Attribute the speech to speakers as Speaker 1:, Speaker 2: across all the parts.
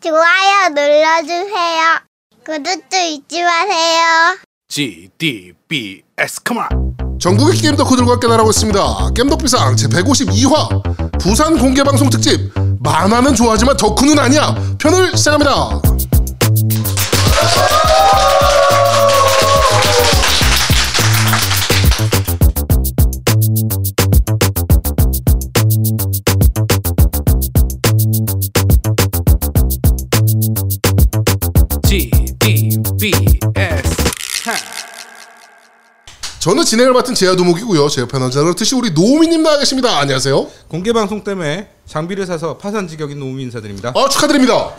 Speaker 1: 좋아요 눌러주세요. 구독도 잊지 마세요.
Speaker 2: GDBS come on
Speaker 3: 전국의 게임 덕후들과 함께 날아오고 있습니다. 게임 덕비상 제 152화 부산 공개 방송 특집 만화는 좋아하지만 덕후는 아니야 편을 시작합니다.
Speaker 2: GDBS 하.
Speaker 3: 저는 진행을 맡은 제아두목이고요. 제 옆에 남자로 뜻이 우리 노우미님 나와 계십니다. 안녕하세요.
Speaker 4: 공개 방송 때문에 장비를 사서 파산 지격인 노무 인사드립니다.
Speaker 3: 아 축하드립니다. 어,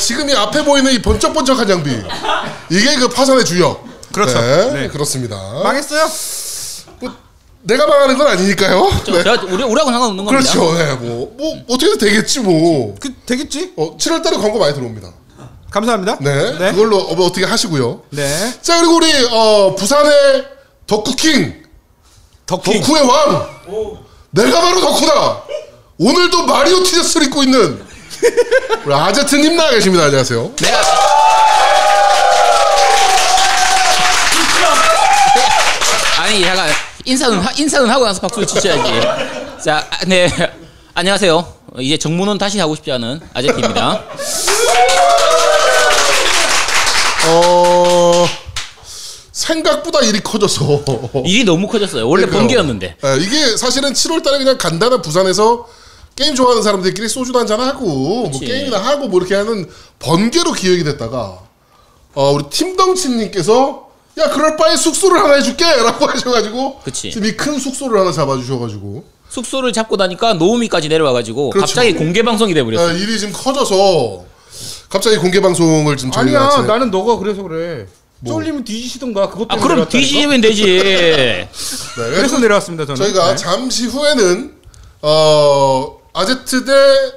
Speaker 3: 지금 이 앞에 보이는 이 번쩍번쩍한 장비 이게 그 파산의 주역.
Speaker 4: 그렇죠.
Speaker 3: 네,
Speaker 4: 네.
Speaker 3: 그렇습니다.
Speaker 4: 망했어요?
Speaker 3: 내가 망하는 건 아니니까요.
Speaker 4: 그렇죠.
Speaker 3: 네.
Speaker 5: 제가 우리 우리하고 상관없는 겁니다.
Speaker 3: 그렇죠. 네, 뭐, 뭐 어떻게든 되겠지 뭐.
Speaker 4: 그 되겠지?
Speaker 3: 어, 7월달에 광고 많이 들어옵니다.
Speaker 4: 감사합니다.
Speaker 3: 네,
Speaker 4: 네.
Speaker 3: 그걸로 어, 뭐 어떻게 하시고요.
Speaker 4: 네.
Speaker 3: 자 그리고 우리 어, 부산의 덕후킹,
Speaker 4: 덕후.
Speaker 3: 덕후의 왕. 내가 바로 덕후다. 오늘도 마리오 티셔츠를 입고 있는 우리 아제트님 나와 계십니다. 안녕하세요.
Speaker 5: 내가 아니 약간 인사는 하- 인사는 하고 나서 박수를 치셔야지. 자, 아, 네 안녕하세요. 어, 이제 정문은 다시 하고 싶지 않은 아재티입니다.
Speaker 3: 어, 생각보다 일이 커져서
Speaker 5: 일이 너무 커졌어요. 원래
Speaker 3: 그러니까요.
Speaker 5: 번개였는데.
Speaker 3: 예, 이게 사실은 7월달에 그냥 간단한 부산에서 게임 좋아하는 사람들끼리 소주 한잔 하고 뭐
Speaker 5: 그치.
Speaker 3: 게임이나 하고 뭐 이렇게 하는 번개로 기획이 됐다가 어, 우리 팀덩치님께서 야 그럴 바에 숙소를 하나 해줄게라고 하셔가지고
Speaker 5: 그치.
Speaker 3: 지금 이 큰 숙소를 하나 잡아주셔가지고
Speaker 5: 숙소를 잡고 나니까 노우미까지 내려와가지고
Speaker 3: 그렇죠.
Speaker 5: 갑자기 공개 방송이 돼버렸어.
Speaker 3: 예, 일이 지금 커져서 갑자기 공개 방송을 지금 저희가 뭐.
Speaker 4: 아니야,
Speaker 3: 진행-
Speaker 4: 나는 너가 그래서 그래. 쫄리면 뒤지시던가 그것
Speaker 5: 아
Speaker 4: 때문에.
Speaker 5: 그럼
Speaker 4: 내려왔다니까?
Speaker 5: 뒤지면 되지.
Speaker 3: 네,
Speaker 4: 그래서 내려왔습니다 저는.
Speaker 3: 저희가
Speaker 4: 네.
Speaker 3: 잠시 후에는 어, 아제트 대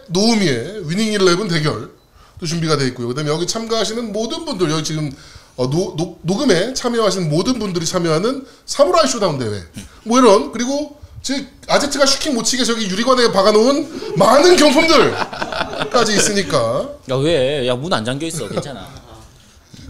Speaker 3: 노우미의 위닝 11 대결도 준비가 돼 있고요. 그다음에 여기 참가하시는 모든 분들 여기 지금 어, 노, 노- 녹음에 참여하신 모든 분들이 참여하는 사무라이 쇼다운 대회 뭐 이런 그리고 즉 아제트가 슈킹 못 치게 저기 유리관에 박아놓은 많은 경품들까지 있으니까
Speaker 5: 야 왜? 야 문 안 잠겨 있어. 괜찮아.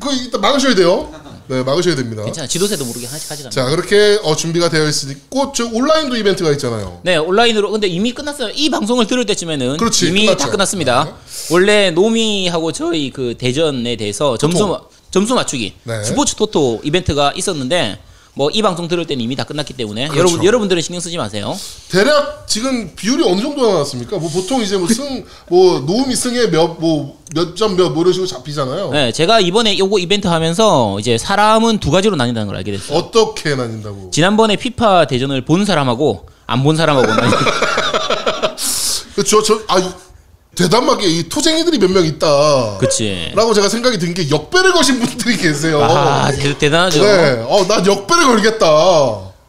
Speaker 3: 그 일단 막으셔야 돼요. 네 막으셔야 됩니다.
Speaker 5: 괜찮아. 지도세도 모르게 하나씩 가져가.
Speaker 3: 자 그렇게 어, 준비가 되어 있으니까 저 온라인도 이벤트가 있잖아요.
Speaker 5: 네 온라인으로 근데 이미 끝났어요. 이 방송을 들을 때쯤에는
Speaker 3: 그렇지,
Speaker 5: 이미
Speaker 3: 끝났죠. 네.
Speaker 5: 다 끝났습니다. 원래 노미하고 저희 그 대전에 대해서 점수 마- 점수 맞추기
Speaker 3: 네.
Speaker 5: 스포츠 토토 이벤트가 있었는데 뭐 이 방송 들을 때는 이미 다 끝났기 때문에
Speaker 3: 그렇죠.
Speaker 5: 여러분 여러분들은 신경 쓰지 마세요.
Speaker 3: 대략 지금 비율이 어느 정도 나왔습니까? 뭐 보통 이제 뭐 승 뭐 노음이 승에 몇 뭐 몇 점 몇 뭐 이런 식으로 잡히잖아요.
Speaker 5: 네, 제가 이번에 요거 이벤트 하면서 이제 사람은 두 가지로 나뉜다는 걸 알게 됐어요.
Speaker 3: 어떻게 나뉜다고?
Speaker 5: 지난번에 피파 대전을 본 사람하고 안 본 사람하고 나뉜-
Speaker 3: 그 저저아 대담하게 이 토쟁이들이 몇 명 있다.
Speaker 5: 그치.
Speaker 3: 라고 제가 생각이 든 게 역배를 거신 분들이 계세요.
Speaker 5: 아 대- 대단하죠.
Speaker 3: 네. 어, 난 역배를 걸겠다.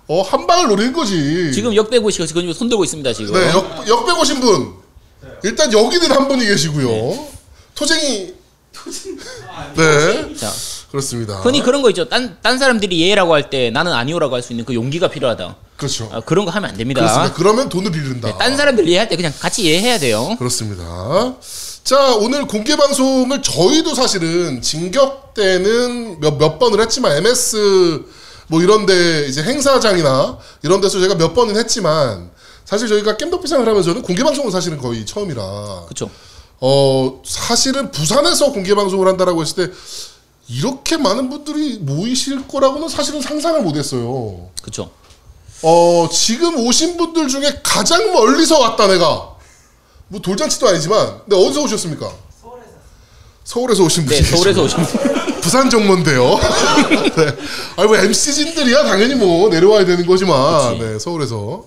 Speaker 3: 어, 한 방을 노리는 거지.
Speaker 5: 지금 역대고 씨가 지금 손 들고 있습니다 지금.
Speaker 3: 네, 역, 역배 거신 분. 일단 여기는 한 분이 계시고요. 토쟁이 네.
Speaker 5: 자,
Speaker 3: 그렇습니다.
Speaker 5: 흔히 그런 거 있죠. 딴, 딴 사람들이 예라고 할 때 나는 아니오라고 할 수 있는 그 용기가 필요하다.
Speaker 3: 그렇죠.
Speaker 5: 아, 그런 거 하면 안 됩니다.
Speaker 3: 그렇습니다. 그러면 돈을 빌린다.
Speaker 5: 네, 딴 사람들 이해할 때 그냥 같이 이해해야 돼요.
Speaker 3: 그렇습니다. 자, 오늘 공개 방송을 저희도 사실은 진격 때는 몇, 몇 번을 했지만 MS 뭐 이런 데 이제 행사장이나 이런 데서 제가 몇 번은 했지만 사실 저희가 겜덕비상을 하면서는 공개 방송은 사실은 거의 처음이라
Speaker 5: 그렇죠.
Speaker 3: 어, 사실은 부산에서 공개 방송을 한다라고 했을 때 이렇게 많은 분들이 모이실 거라고는 사실은 상상을 못 했어요.
Speaker 5: 그렇죠.
Speaker 3: 어 지금 오신 분들 중에 가장 멀리서 왔다 내가 뭐 돌잔치도 아니지만 근데 어디서 오셨습니까? 서울에서 오신 분이
Speaker 5: 네, 서울에서
Speaker 3: 계시고요.
Speaker 5: 오신 분.
Speaker 3: 부산 정문데요. 네. 아니 뭐 MC 진들이야 당연히 뭐 내려와야 되는 거지만
Speaker 5: 그치.
Speaker 3: 네 서울에서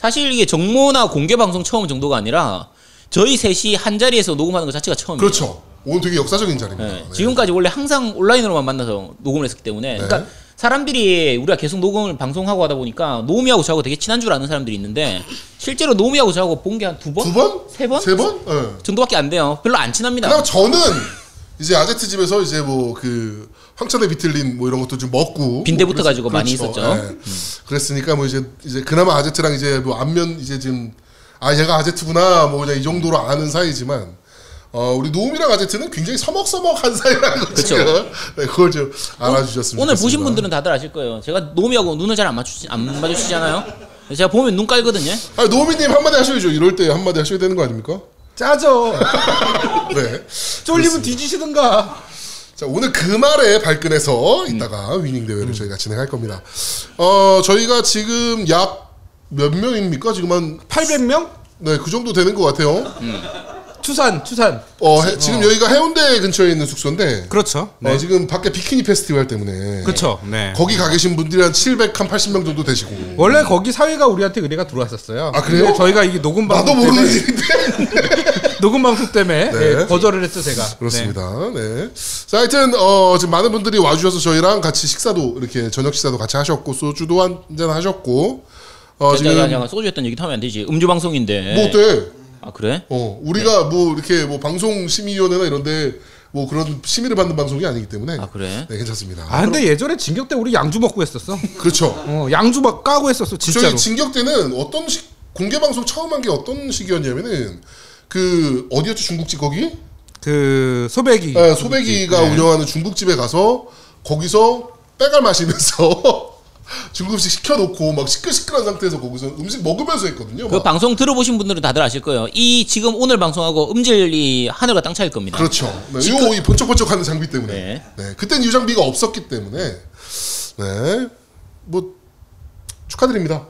Speaker 5: 사실 이게 정모나 공개 방송 처음 정도가 아니라 저희 셋이 한 자리에서 녹음하는 것 자체가 처음이에요.
Speaker 3: 그렇죠. 오늘 되게 역사적인 자리입니다.
Speaker 5: 네,
Speaker 3: 네.
Speaker 5: 지금까지 원래 항상 온라인으로만 만나서 녹음을 했었기 때문에 그러니까 사람들이 우리가 계속 녹음을 방송하고 하다 보니까 노미하고 저하고 되게 친한 줄 아는 사람들이 있는데 실제로 노미하고 저하고 본 게 한 두 번?
Speaker 3: 네. 두 번?
Speaker 5: 세 번?
Speaker 3: 세 번? 네.
Speaker 5: 정도밖에 안 돼요. 별로 안 친합니다.
Speaker 3: 그다음 저는 이제 아제트 집에서 이제 뭐 그 황천의 비틀린 뭐 이런 것도 좀 먹고
Speaker 5: 빈대부터
Speaker 3: 뭐 그랬-
Speaker 5: 가지고 많이 있었죠. 음.
Speaker 3: 그랬으니까 뭐 이제 이제 그나마 아제트랑 이제 뭐 안면 이제 지금 아 얘가 아제트구나 뭐 그냥 이 정도로 아는 사이지만 어 우리 노움이랑 아제트는 굉장히 서먹서먹한 사이라는 걸
Speaker 5: 그쵸.
Speaker 3: 지금 네, 그걸 좀 알아주셨으면
Speaker 5: 오늘
Speaker 3: 좋겠습니다.
Speaker 5: 보신 분들은 다들 아실 거예요. 제가 노미하고 눈을 잘 안 맞추지 안 맞추시잖아요. 그래서 제가 보면 눈 깔거든요.
Speaker 3: 아 노미님 한마디 하셔야죠. 이럴 때 한마디 하셔야 되는 거 아닙니까?
Speaker 4: 짜죠.
Speaker 3: 네.
Speaker 4: 쫄리면 뒤지시든가.
Speaker 3: 자, 오늘 그 말에 발끈해서
Speaker 4: 음.
Speaker 3: 이따가 위닝 대회를 저희가 진행할 겁니다. 어, 저희가 지금 약 몇 명입니까? 지금 한,
Speaker 4: 800명?
Speaker 3: 네, 그 정도 되는 것 같아요.
Speaker 4: 음. 추산, 추산.
Speaker 3: 어, 해- 지금 여기가 해운대 근처에 있는 숙소인데,
Speaker 4: 그렇죠.
Speaker 3: 어, 지금 밖에 비키니 페스티벌 때문에,
Speaker 4: 그렇죠. 네.
Speaker 3: 거기 가 계신 분들이 한 700, 한 80명 정도 되시고,
Speaker 4: 원래 거기 사회가 우리한테 의뢰가 들어왔었어요.
Speaker 3: 아, 그래요?
Speaker 4: 근데 저희가 이게 녹음
Speaker 3: 나도
Speaker 4: 방송
Speaker 3: 모르는
Speaker 4: 때문에
Speaker 3: 일인데.
Speaker 4: 네. 녹음 방송 때문에
Speaker 3: 네.
Speaker 4: 예, 거절을 했어 제가.
Speaker 3: 그렇습니다. 네. 자, 하여튼, 어, 지금 많은 분들이 와주셔서 저희랑 같이 식사도, 이렇게 저녁 식사도 같이 하셨고, 소주도 한잔 하셨고,
Speaker 4: 네,
Speaker 3: 어,
Speaker 5: 야, 야,
Speaker 3: 지금,
Speaker 5: 야, 소주 했던 얘기 하면 안 되지. 음주 방송인데.
Speaker 3: 뭐 어때?
Speaker 5: 아 그래?
Speaker 3: 어, 우리가 뭐 이렇게 뭐 방송 심의위원회나 이런데 뭐 그런 심의를 받는 방송이 아니기 때문에
Speaker 5: 아 그래?
Speaker 3: 네 괜찮습니다.
Speaker 4: 아 근데 예전에 진격 때 우리 양주 먹고 했었어.
Speaker 3: 그렇죠.
Speaker 4: 어, 양주 막 까고 했었어 진짜로.
Speaker 3: 저희 진격 때는 어떤 식 공개 방송 처음 한 게 어떤 시기였냐면은 그 어디였죠 중국집 거기
Speaker 4: 그 소배기.
Speaker 3: 네, 소배기가 운영하는 중국집에 가서 거기서 빼갈 마시면서 중국식 시켜놓고 막 시끌시끌한 상태에서 거기서 음식 먹으면서 했거든요.
Speaker 5: 그
Speaker 3: 막.
Speaker 5: 방송 들어보신 분들은 다들 아실 거예요. 이 지금 오늘 방송하고 음질이 하늘과 땅 차일 겁니다.
Speaker 3: 그렇죠. 네, 요이 번쩍번쩍하는 장비 때문에. 네.
Speaker 5: 네.
Speaker 3: 그땐 유장비가 없었기 때문에 네. 뭐 축하드립니다.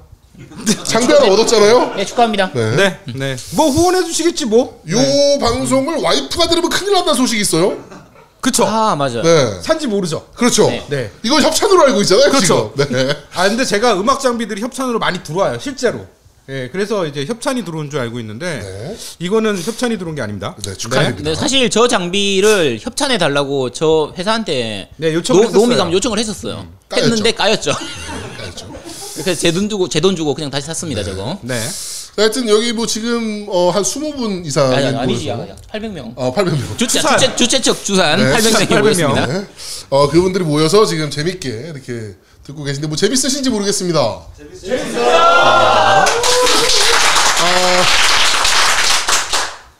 Speaker 3: 장비 하나 얻었잖아요.
Speaker 5: 네 축하합니다.
Speaker 3: 네.
Speaker 4: 네, 네. 뭐 후원해 주시겠지 뭐.
Speaker 3: 요
Speaker 5: 네.
Speaker 3: 방송을 와이프가 들으면 큰일 난다는 소식이 있어요.
Speaker 4: 그쵸.
Speaker 5: 아 맞아.
Speaker 3: 네.
Speaker 4: 산지 모르죠.
Speaker 3: 그렇죠.
Speaker 5: 네.
Speaker 4: 네.
Speaker 3: 이거 협찬으로 알고 있잖아요.
Speaker 4: 그렇죠.
Speaker 3: 지금. 네.
Speaker 4: 아 근데 제가 음악 장비들이 협찬으로 많이 들어와요 실제로. 예, 그래서 이제 협찬이 들어온 줄 알고 있는데
Speaker 3: 네.
Speaker 4: 이거는 협찬이 들어온 게 아닙니다.
Speaker 3: 네, 축하드립니다.
Speaker 5: 네, 사실 저 장비를 협찬해 달라고 저 회사한테
Speaker 4: 네, 요청을 했었어요.
Speaker 5: 노미 가면 요청을 했었어요.
Speaker 3: 음, 까였죠.
Speaker 5: 했는데 까였죠.
Speaker 3: 알죠.
Speaker 5: 그래서 제 돈 주고 제 돈 주고 그냥 다시 샀습니다 저거.
Speaker 4: 네.
Speaker 3: 하여튼 여기 뭐 지금 어, 한 20분 이상
Speaker 5: 아니, 아니, 아니지
Speaker 3: 네.
Speaker 5: 야, 야, 800명.
Speaker 3: 어, 800명.
Speaker 5: 주체
Speaker 4: 추산.
Speaker 5: 주체 주체측 주산
Speaker 3: 네,
Speaker 5: 800명이
Speaker 4: 추산
Speaker 5: 모였습니다.
Speaker 4: 800
Speaker 3: 네. 어, 그분들이 모여서 지금 재밌게 이렇게 듣고 계신데 뭐 재밌으신지 모르겠습니다. 재밌어요. 아.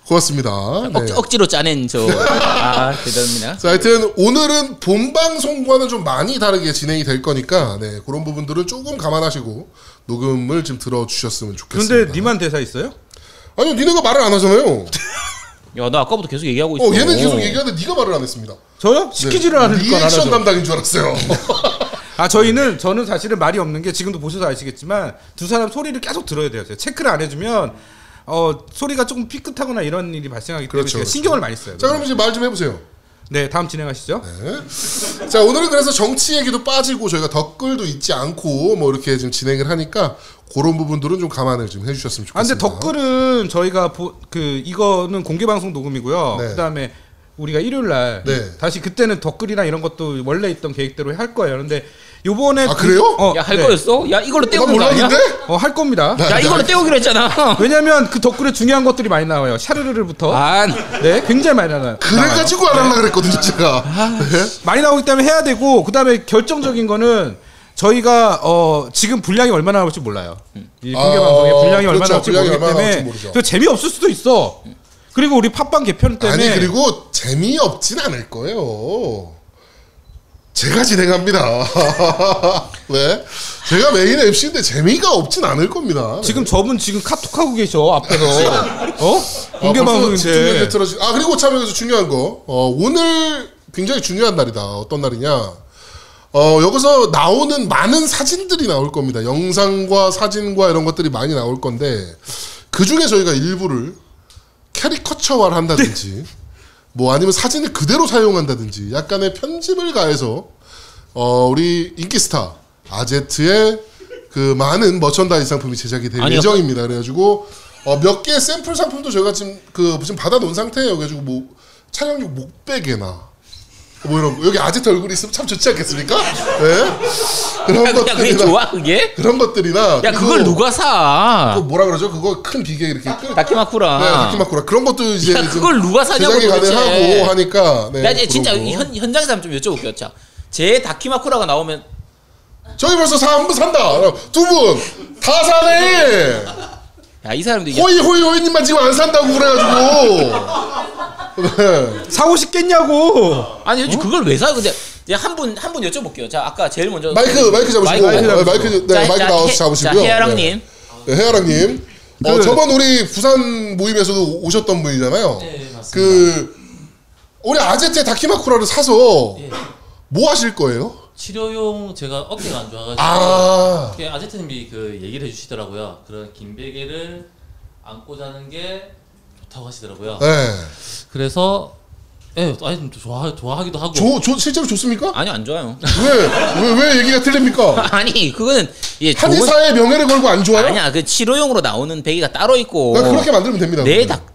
Speaker 3: 고맙습니다.
Speaker 5: 억,
Speaker 3: 네.
Speaker 5: 억지로 짜낸 저아 대단합니다.
Speaker 3: 자, 하여튼 오늘은 본 방송과는 좀 많이 다르게 진행이 될 거니까 네, 그런 부분들은 조금 감안하시고 녹음을 좀 들어주셨으면 좋겠습니다.
Speaker 4: 근데 니만 대사 있어요?
Speaker 3: 아니요, 니네가 말을 안 하잖아요.
Speaker 5: 야나 아까부터 계속 얘기하고 있어.
Speaker 3: 어, 얘는 계속 얘기하는데 니가 말을 안 했습니다.
Speaker 4: 저요?
Speaker 3: 네.
Speaker 4: 시키지를 않을 거라.
Speaker 3: 리액션 담당인 줄 알았어요.
Speaker 4: 아 저희는 저는 사실은 말이 없는 게 지금도 보셔서 아시겠지만 두 사람 소리를 계속 들어야 돼요. 제가 체크를 안 해주면 어 소리가 조금 삐끗하거나 이런 일이 발생하기 때문에
Speaker 3: 그렇죠,
Speaker 4: 제가
Speaker 3: 그렇죠.
Speaker 4: 신경을 많이 써요.
Speaker 3: 자, 그럼 이제 말 좀 해보세요.
Speaker 4: 네 다음 진행하시죠.
Speaker 3: 자 오늘은 그래서 정치 얘기도 빠지고 저희가 댓글도 잊지 않고 뭐 이렇게 지금 진행을 하니까 그런 부분들은 좀 감안을 좀 해주셨으면
Speaker 4: 아 근데
Speaker 3: 좋겠습니다.
Speaker 4: 댓글은 저희가 보, 그 이거는 공개 방송 녹음이고요.
Speaker 3: 네.
Speaker 4: 그다음에 우리가 일요일 날
Speaker 3: 네.
Speaker 4: 다시 그때는 댓글이나 이런 것도 원래 있던 계획대로 할 거예요. 근데 요번에
Speaker 3: 아, 그래요?
Speaker 5: 야 할
Speaker 4: 네.
Speaker 5: 거였어? 야 이걸로
Speaker 3: 난
Speaker 5: 때우는 거 아니야?
Speaker 3: 몰랐는데 아, 어?
Speaker 4: 어, 할 겁니다.
Speaker 3: 네.
Speaker 5: 야 이걸로 때우기로 했잖아.
Speaker 4: 왜냐면 그 댓글에 중요한 것들이 많이 나와요. 샤르르르부터
Speaker 5: 아
Speaker 4: 네 굉장히 많이 나와요. 아,
Speaker 3: 그래가지고 안 하려 그랬거든요 제가. 네.
Speaker 4: 많이 나오기 때문에 해야 되고 그다음에 결정적인 거는 저희가 어 지금 분량이 얼마나 나올지 몰라요. 이 공개
Speaker 3: 아,
Speaker 4: 방송에 분량이
Speaker 3: 그렇죠.
Speaker 4: 얼마나 나올지
Speaker 3: 분량이
Speaker 4: 모르기
Speaker 3: 얼마나 나올지
Speaker 4: 때문에
Speaker 3: 모르죠.
Speaker 4: 그 재미없을 수도 있어. 그리고 우리 팟빵 개편 때문에
Speaker 3: 아니 그리고 재미없진 않을 거예요. 제가 진행합니다. 왜? 제가 메인 MC인데 재미가 없진 않을 겁니다. 네.
Speaker 4: 지금 저분 지금 카톡하고 계셔 앞에서 어 공개
Speaker 3: 아, 벌써 집중력이
Speaker 4: 방송인데
Speaker 3: 흐트러지- 아 그리고 참 여기서 중요한 거 어, 오늘 굉장히 중요한 날이다. 어떤 날이냐? 어 여기서 나오는 많은 사진들이 나올 겁니다. 영상과 사진과 이런 것들이 많이 나올 건데 그 중에 저희가 일부를 캐리커처화를
Speaker 5: 네.
Speaker 3: 한다든지 뭐 아니면 사진을 그대로 사용한다든지 약간의 편집을 가해서 어 우리 인기 스타 아제트의 그 많은 머천다이 상품이 제작이 될
Speaker 5: 아니요.
Speaker 3: 예정입니다. 그래가지고 어, 몇 개의 샘플 상품도 저희가 지금 그 지금 받아놓은 상태예요. 그래가지고 뭐 촬영용 목베개나 뭐 이런 거 여기 아제트 얼굴이 있으면 참 좋지 않겠습니까? 네. 그런
Speaker 5: 야, 야 그게
Speaker 3: 것들이나
Speaker 5: 좋아 그게?
Speaker 3: 그런 것들이나
Speaker 5: 야 그걸
Speaker 3: 그리고
Speaker 5: 누가
Speaker 3: 그
Speaker 5: 사?
Speaker 3: 뭐라 그러죠? 그거 큰 비계 이렇게 끌-
Speaker 5: 다키마쿠라.
Speaker 3: 네, 다키마쿠라 그런 것도 이제
Speaker 5: 야, 아. 그걸 누가 사냐고
Speaker 3: 제작이
Speaker 5: 도대체.
Speaker 3: 가능하고 하니까 네,
Speaker 5: 나 이제 진짜
Speaker 3: 그런 거.
Speaker 5: 이 현, 현장에서 한번 좀 여쭤볼게요. 자, 제 다키마쿠라가 나오면
Speaker 3: 저희 벌써 3분 산다. 두 분 다 사네.
Speaker 5: 야, 이 사람들 이게
Speaker 3: 호이 호이 호이님만 지금 안 산다고 그래가지고. 네.
Speaker 4: 사고 싶겠냐고.
Speaker 5: 아니
Speaker 3: 어?
Speaker 5: 요즘 그걸 왜 사요? 근데 한 분 한 분 여쭤볼게요. 자, 아까 제일 먼저
Speaker 3: 마이크 마이크 잡으시고
Speaker 5: 마이크,
Speaker 3: 마이크,
Speaker 5: 마이크
Speaker 3: 네,
Speaker 4: 잡으시고.
Speaker 3: 마이크, 네,
Speaker 5: 자,
Speaker 3: 마이크
Speaker 5: 자,
Speaker 3: 나와서
Speaker 5: 해-
Speaker 3: 잡으시고요.
Speaker 5: 자, 해아랑님.
Speaker 3: 네, 해아랑님. 어,
Speaker 4: 그-
Speaker 3: 저번 우리 부산 모임에서도 오셨던 분이잖아요.
Speaker 5: 네,
Speaker 3: 그 우리 아제트의 다키마쿠라를 사서
Speaker 5: 예.
Speaker 3: 뭐 하실 거예요?
Speaker 6: 치료용 제가 어깨가 안 좋아가지고
Speaker 3: 아,
Speaker 6: 이렇게 아제트님이 그 얘기를 해주시더라고요. 그런 긴 베개를 안고 자는 게 좋다고 하시더라고요.
Speaker 3: 네.
Speaker 6: 그래서 예, 아니 좋아 좋아하기도 하고
Speaker 3: 조, 조, 실제로 좋습니까?
Speaker 5: 아니 안 좋아요.
Speaker 3: 왜, 왜, 왜 얘기가 틀립니까?
Speaker 5: 아니 그거는 예 좋은
Speaker 3: 한의사의 명예를 걸고 안 좋아요?
Speaker 5: 아니야 그 치료용으로 나오는 베개가 따로 있고
Speaker 3: 그냥 그렇게 만들면 됩니다.
Speaker 5: 내
Speaker 3: 그러면.
Speaker 5: 닭.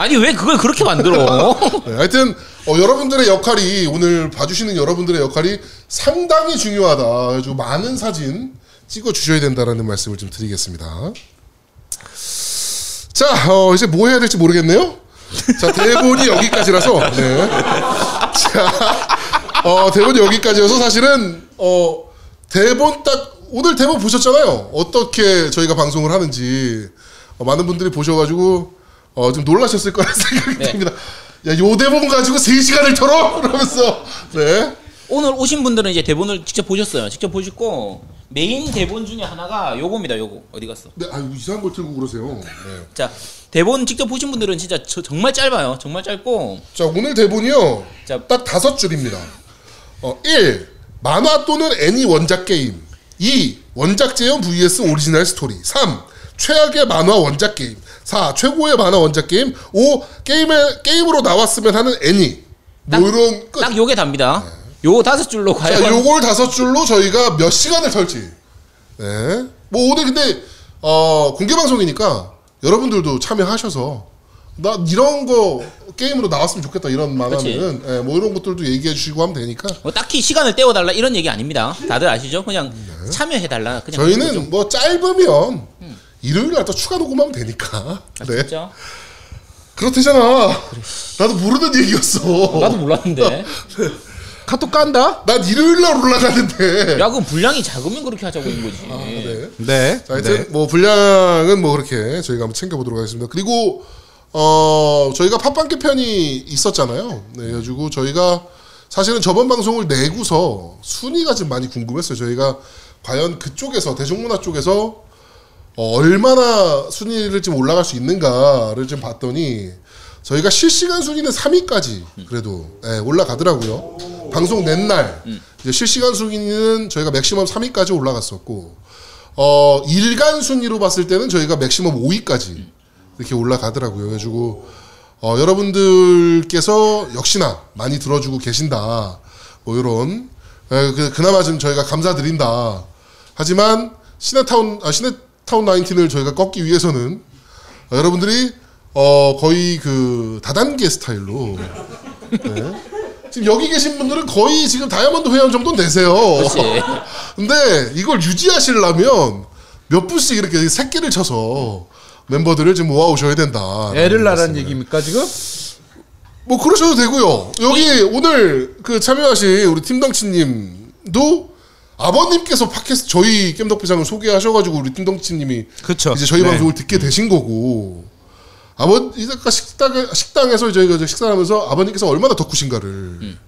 Speaker 5: 아니 왜 그걸 그렇게 만들어?
Speaker 3: 네, 하여튼 어, 여러분들의 역할이 오늘 봐주시는 여러분들의 역할이 상당히 중요하다. 그래서 많은 사진 찍어 주셔야 된다라는 말씀을 좀 드리겠습니다. 자, 어, 이제 뭐 해야 될지 모르겠네요. 자, 대본이 여기까지라서. 네. 자, 어, 대본이 여기까지여서 사실은 어, 대본 딱 오늘 대본 보셨잖아요. 어떻게 저희가 방송을 하는지 어, 많은 분들이 보셔가지고 어, 좀 놀라셨을 거라는 생각이
Speaker 5: 네.
Speaker 3: 듭니다. 야, 요 대본 가지고 3 시간을 털어 그러면서 네.
Speaker 5: 오늘 오신 분들은 이제 대본을 직접 보셨어요. 직접 보셨고 메인 대본 중에 하나가 요겁니다. 요거 어디 갔어?
Speaker 3: 네, 아유 이상한 걸 들고 그러세요. 네.
Speaker 5: 자 대본 직접 보신 분들은 진짜 저- 정말 짧아요. 정말 짧고
Speaker 3: 자, 오늘 대본이요.
Speaker 5: 자.
Speaker 3: 딱 다섯 줄입니다. 어, 1. 만화 또는 애니 원작 게임. 2. 원작 재현 vs 오리지널 스토리. 3. 최악의 만화 원작 게임. 4. 최고의 만화 원작 게임. 5. 게임에, 게임으로 나왔으면 하는 애니. 뭐 이런 끝. 네.
Speaker 5: 딱 요게 답니다. 요 다섯 줄로 과연
Speaker 3: 자, 요걸 다섯 줄로 저희가 몇 시간을 털지. 네. 뭐 오늘 근데 어, 공개 방송이니까 여러분들도 참여하셔서 나 이런 거 게임으로 나왔으면 좋겠다 이런 만화는 예, 뭐 이런 것들도 얘기해 주시고 하면 되니까
Speaker 5: 뭐 딱히 시간을 때워달라 이런 얘기 아닙니다. 다들 아시죠? 그냥 참여해달라. 그냥 그런 거죠.
Speaker 3: 네.
Speaker 5: 음.
Speaker 3: 저희는 뭐 짧으면 일요일 날 또 추가 녹음하면 되니까. 네.
Speaker 5: 아, 진짜
Speaker 3: 그렇대잖아. 나도 모르는 얘기였어.
Speaker 5: 나도 몰랐는데.
Speaker 4: 카톡 깐다.
Speaker 3: 난 일요일 날 올라가는데.
Speaker 5: 야 그럼 분량이 작으면 그렇게 하자고 있는 거지. 예.
Speaker 3: 네.
Speaker 4: 네.
Speaker 3: 자, 하여튼 뭐 분량은 뭐 그렇게 저희가 한번 챙겨보도록 하겠습니다. 그리고 어 저희가 팟빵 개편이 있었잖아요. 네, 그래가지고 저희가 사실은 저번 방송을 내고서 순위가 좀 많이 궁금했어요. 저희가 과연 그쪽에서 대중문화 쪽에서 어, 얼마나 순위를 좀 올라갈 수 있는가를 좀 봤더니 저희가 실시간 순위는 3위까지 그래도 예, 올라가더라고요. 방송 낸날 이제 실시간 순위는 저희가 맥시멈 3위까지 올라갔었고 어, 일간 순위로 봤을 때는 저희가 맥시멈 5위까지 이렇게 올라가더라고요. 그래가지고 어, 여러분들께서 역시나 많이 들어주고 계신다. 뭐 이런 에, 그, 그나마 좀 저희가 감사드린다. 하지만 시네타운 아, 시네타운 19을 저희가 꺾기 위해서는 어, 여러분들이 어, 거의 그 다단계 스타일로 네. 지금 여기 계신 분들은 거의 지금 다이아몬드 회원 정도는 되세요.
Speaker 5: 그렇지.
Speaker 3: 근데 이걸 유지하시려면 몇 분씩 이렇게 새끼를 쳐서 멤버들을 지금 모아 오셔야 된다.
Speaker 4: 애를 낳라는 얘기입니까 지금?
Speaker 3: 뭐 그러셔도 되고요. 여기 오늘 그 참여하신 우리 팀덩치님도 아버님께서 팟캐스트 저희 겜덕비상을 소개하셔가지고 우리 팀덩치님이
Speaker 4: 그쵸.
Speaker 3: 이제 저희
Speaker 4: 네.
Speaker 3: 방송을 듣게 되신 거고 아버 이제 아까 식당에 식당에서 저희가 이제 식사하면서 아버님께서 얼마나 덕후신가를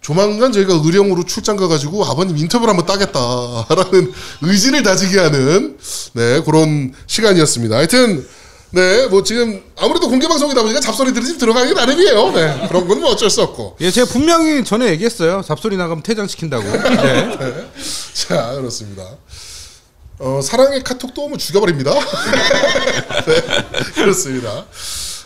Speaker 3: 조만간 저희가 의령으로 출장 가가지고 아버님 인터뷰를 한번 따겠다라는 의지를 다지게 하는 네 그런 시간이었습니다. 하여튼 네 뭐 지금 아무래도 공개 방송이다 보니까 잡소리들이 좀 들어가기 나름이에요. 네 그런 건 뭐 어쩔 수 없고
Speaker 4: 예, 제가 분명히 전에 얘기했어요. 잡소리 나가면 퇴장 시킨다고. 네.
Speaker 3: 자 그렇습니다. 어 사랑의 카톡 또 오면 죽여버립니다. 네 그렇습니다.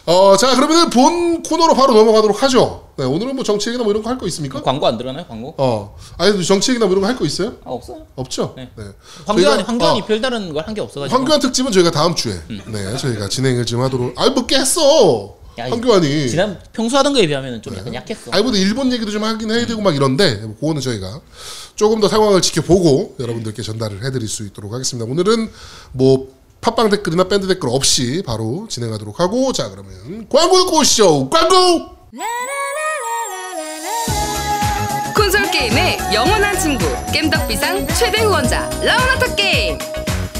Speaker 3: 어자 그러면 본 코너로 바로 넘어가도록 하죠. 네 오늘은 뭐 정치 얘기나 뭐 이런 거 할 거 있습니까?
Speaker 5: 광고 안 들어가나요? 광고?
Speaker 3: 어 아니 정치 얘기나 뭐 이런 거 할 거 있어요?
Speaker 5: 아 없어요.
Speaker 3: 없죠?
Speaker 5: 네.
Speaker 3: 저희가-
Speaker 5: 황교안 황교안이
Speaker 3: 어,
Speaker 5: 별다른 걸 한 게 없어가지고.
Speaker 3: 황교안 특집은 저희가 다음 주에 네 저희가 진행을 좀 하도록 아이 뭐꽤 했어
Speaker 5: 야,
Speaker 3: 황교안이 네.
Speaker 5: 지난 평소 하던 거에 비하면 좀 약간 약했어.
Speaker 3: 아이 근데 일본 얘기도 좀 하긴 해야 되고 막 이런데 뭐 그거는 저희가 조금 더 상황을 지켜보고 여러분들께 전달을 해드릴 수 있도록 하겠습니다 오늘은 뭐 팟빵 댓글이나 밴드 댓글 없이 바로 진행하도록 하고 자 그러면 광고 듣고 오시죠 광고
Speaker 7: 콘솔 게임의 영원한 친구 겜덕비상 최대 후원자 라운하터 게임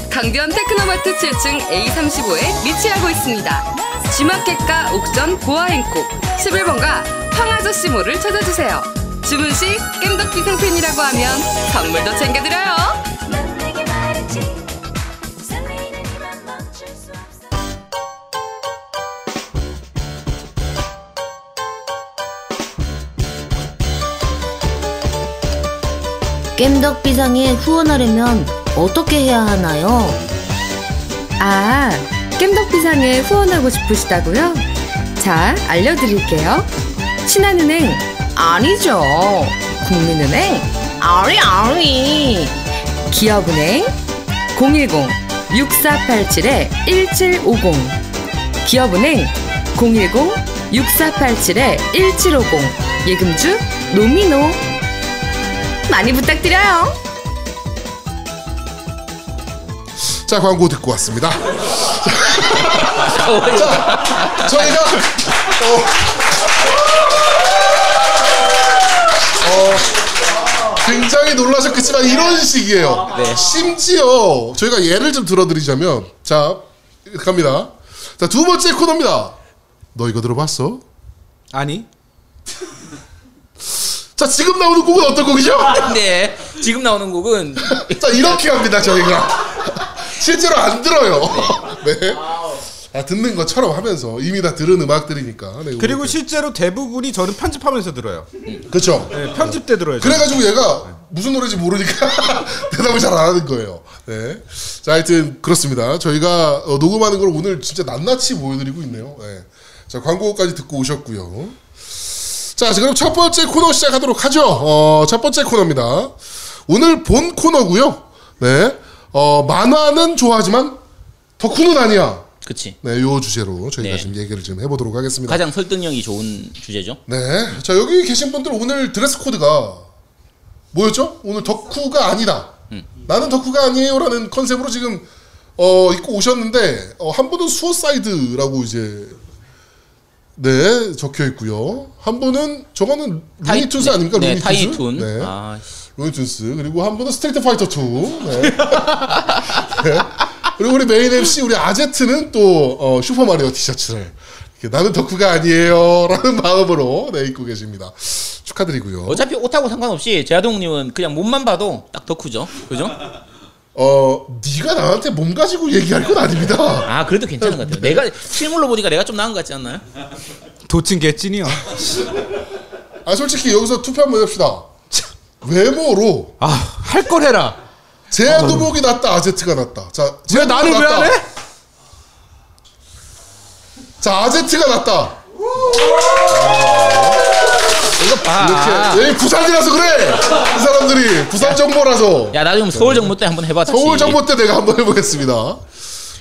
Speaker 7: 강변 테크노마트 7층 A35에 위치하고 있습니다. G마켓과 옥션 고아행콕 11번가 황아저씨몰을 찾아주세요. 주문 시 깸덕비 상품이라고 하면 선물도 챙겨드려요.
Speaker 8: 넌 내게 말했지 생리는 이만 멈출 수 없어
Speaker 9: 깸덕 비상에 후원하려면 어떻게 해야 하나요?
Speaker 7: 아, 깸덕비상에 후원하고 싶으시다고요? 자, 알려드릴게요. 신한은행 아니죠. 국민은행 아리 아리. 기업은행 010 6487에 1750. 기업은행 010 6487에 1750. 예금주 노미노. 많이 부탁드려요.
Speaker 3: 자 광고 듣고 왔습니다. 자, 저희가 어, 어, 굉장히 놀라셨겠지만 이런 식이에요. 심지어 저희가 예를 좀 들어드리자면 자 갑니다. 자 두 번째 코너입니다. 너 이거 들어봤어?
Speaker 4: 아니
Speaker 3: 자 지금 나오는 곡은 어떤 곡이죠?
Speaker 5: 네. 지금 나오는 곡은
Speaker 3: 자 이렇게 합니다 저희가 실제로 안 들어요. 네. 아, 듣는 것처럼 하면서 이미 다 들은 음악들이니까. 네,
Speaker 4: 그리고
Speaker 3: 음악들.
Speaker 4: 실제로 대부분이 저는 편집하면서 들어요.
Speaker 3: 그렇죠.
Speaker 4: 네, 편집 때 들어요. 저는.
Speaker 3: 그래가지고 얘가 무슨 노래인지 모르니까 대답을 잘 안 하는 거예요. 네. 자, 하여튼 그렇습니다. 저희가 어, 녹음하는 걸 오늘 진짜 낱낱이 보여드리고 있네요. 네. 자, 광고까지 듣고 오셨고요. 자, 그럼 첫 번째 코너 시작하도록 하죠. 어, 첫 번째 코너입니다. 오늘 본 코너고요. 네. 어, 만화는 좋아하지만 덕후는 아니야.
Speaker 5: 그치.
Speaker 3: 네, 요 주제로 저희가
Speaker 5: 네.
Speaker 3: 지금 얘기를 좀 해보도록 하겠습니다.
Speaker 5: 가장 설득력이 좋은 주제죠.
Speaker 3: 네. 자, 여기 계신 분들 오늘 드레스 코드가 뭐였죠? 오늘 덕후가 아니다.
Speaker 5: 음.
Speaker 3: 나는 덕후가 아니에요라는 컨셉으로 지금 어, 입고 오셨는데 어, 한 분은 수어사이드라고 이제 네, 적혀 있고요. 한 분은 저거는 루니툰스 아닙니까?
Speaker 5: 네,
Speaker 3: 루니툰스.
Speaker 5: 타이툰.
Speaker 3: 네.
Speaker 5: 아, 씨.
Speaker 3: 루니툰스. 그리고 한 분은 스트리트 파이터 2. 네. 네. 그리고 우리 메인 MC 우리 아제트는 또 어, 슈퍼 마리오 티셔츠를 이렇게 나는 덕후가 아니에요라는 마음으로 네, 입고 계십니다. 축하드리고요.
Speaker 5: 어차피 옷하고 상관없이 제아동님은 그냥 몸만 봐도 딱 덕후죠. 그죠?
Speaker 3: 어, 네가 나한테 몸 가지고 얘기할 건 아닙니다.
Speaker 5: 아, 그래도 괜찮은 것 같아요.
Speaker 3: 네.
Speaker 5: 내가 실물로 보니까 내가 좀 나은 것 같지 않나요?
Speaker 4: 도친 개찐이요.
Speaker 3: 아, 솔직히 여기서 투표 한번 해봅시다. 외모로
Speaker 4: 아 할 걸 해라.
Speaker 3: 제아도복이 낫다, 아제트가 낫다. 자,
Speaker 4: 네. 왜 나를 왜 안 해?
Speaker 3: 자, 아제트가 낫다.
Speaker 5: 이거 봐.
Speaker 3: 이렇게 왜 부산이라서 그래? 이 사람들이 부산 정보라서.
Speaker 5: 야, 나 좀 서울 정보 때 한번 해봐. 다시.
Speaker 3: 네. 서울 정보 때 내가 한번 해보겠습니다.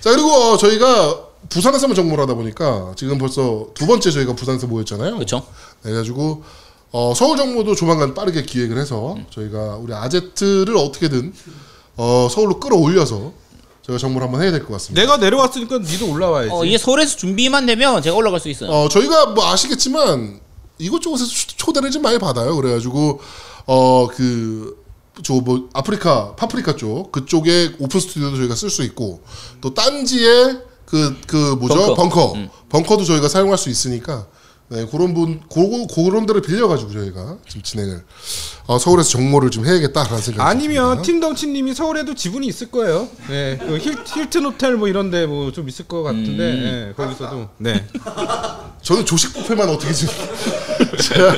Speaker 3: 자 그리고 어, 저희가 부산에서만 정보를 하다 보니까 지금 벌써 두 번째 저희가 부산에서 모였잖아요.
Speaker 5: 그렇죠.
Speaker 3: 그래가지고 어, 서울 정보도 조만간 빠르게 기획을 해서
Speaker 5: 음.
Speaker 3: 저희가 우리 아제트를 어떻게든 어, 서울로 끌어올려서 저희가 정보를 한번 해야 될 것 같습니다.
Speaker 4: 내가 내려왔으니까 니도 올라와야지.
Speaker 5: 어, 이제 서울에서 준비만 되면 제가 올라갈 수 있어요.
Speaker 3: 어, 저희가 뭐 아시겠지만 이곳저곳에서 초- 초대를 좀 많이 받아요. 그래가지고 어 그 저 뭐 아프리카 파프리카 쪽 그쪽에 오픈 스튜디오도 저희가 쓸 수 있고 또 딴지에 그 그 뭐죠
Speaker 5: 벙커. 음.
Speaker 3: 벙커 벙커. 도 저희가 사용할 수 있으니까 네 그런 분 고고 그런 데를 빌려가지고 저희가 지금 진행을 어, 서울에서 정모를 좀 해야겠다라는 생각
Speaker 4: 아니면 팀덩치님이 서울에도 지분이 있을 거예요. 네, 그 힐, 힐튼 호텔 뭐 이런데 뭐 좀 있을 것
Speaker 5: 음.
Speaker 4: 같은데 네, 거기서도 네.
Speaker 3: 저는 조식 뷔페만 어떻게 지금 제가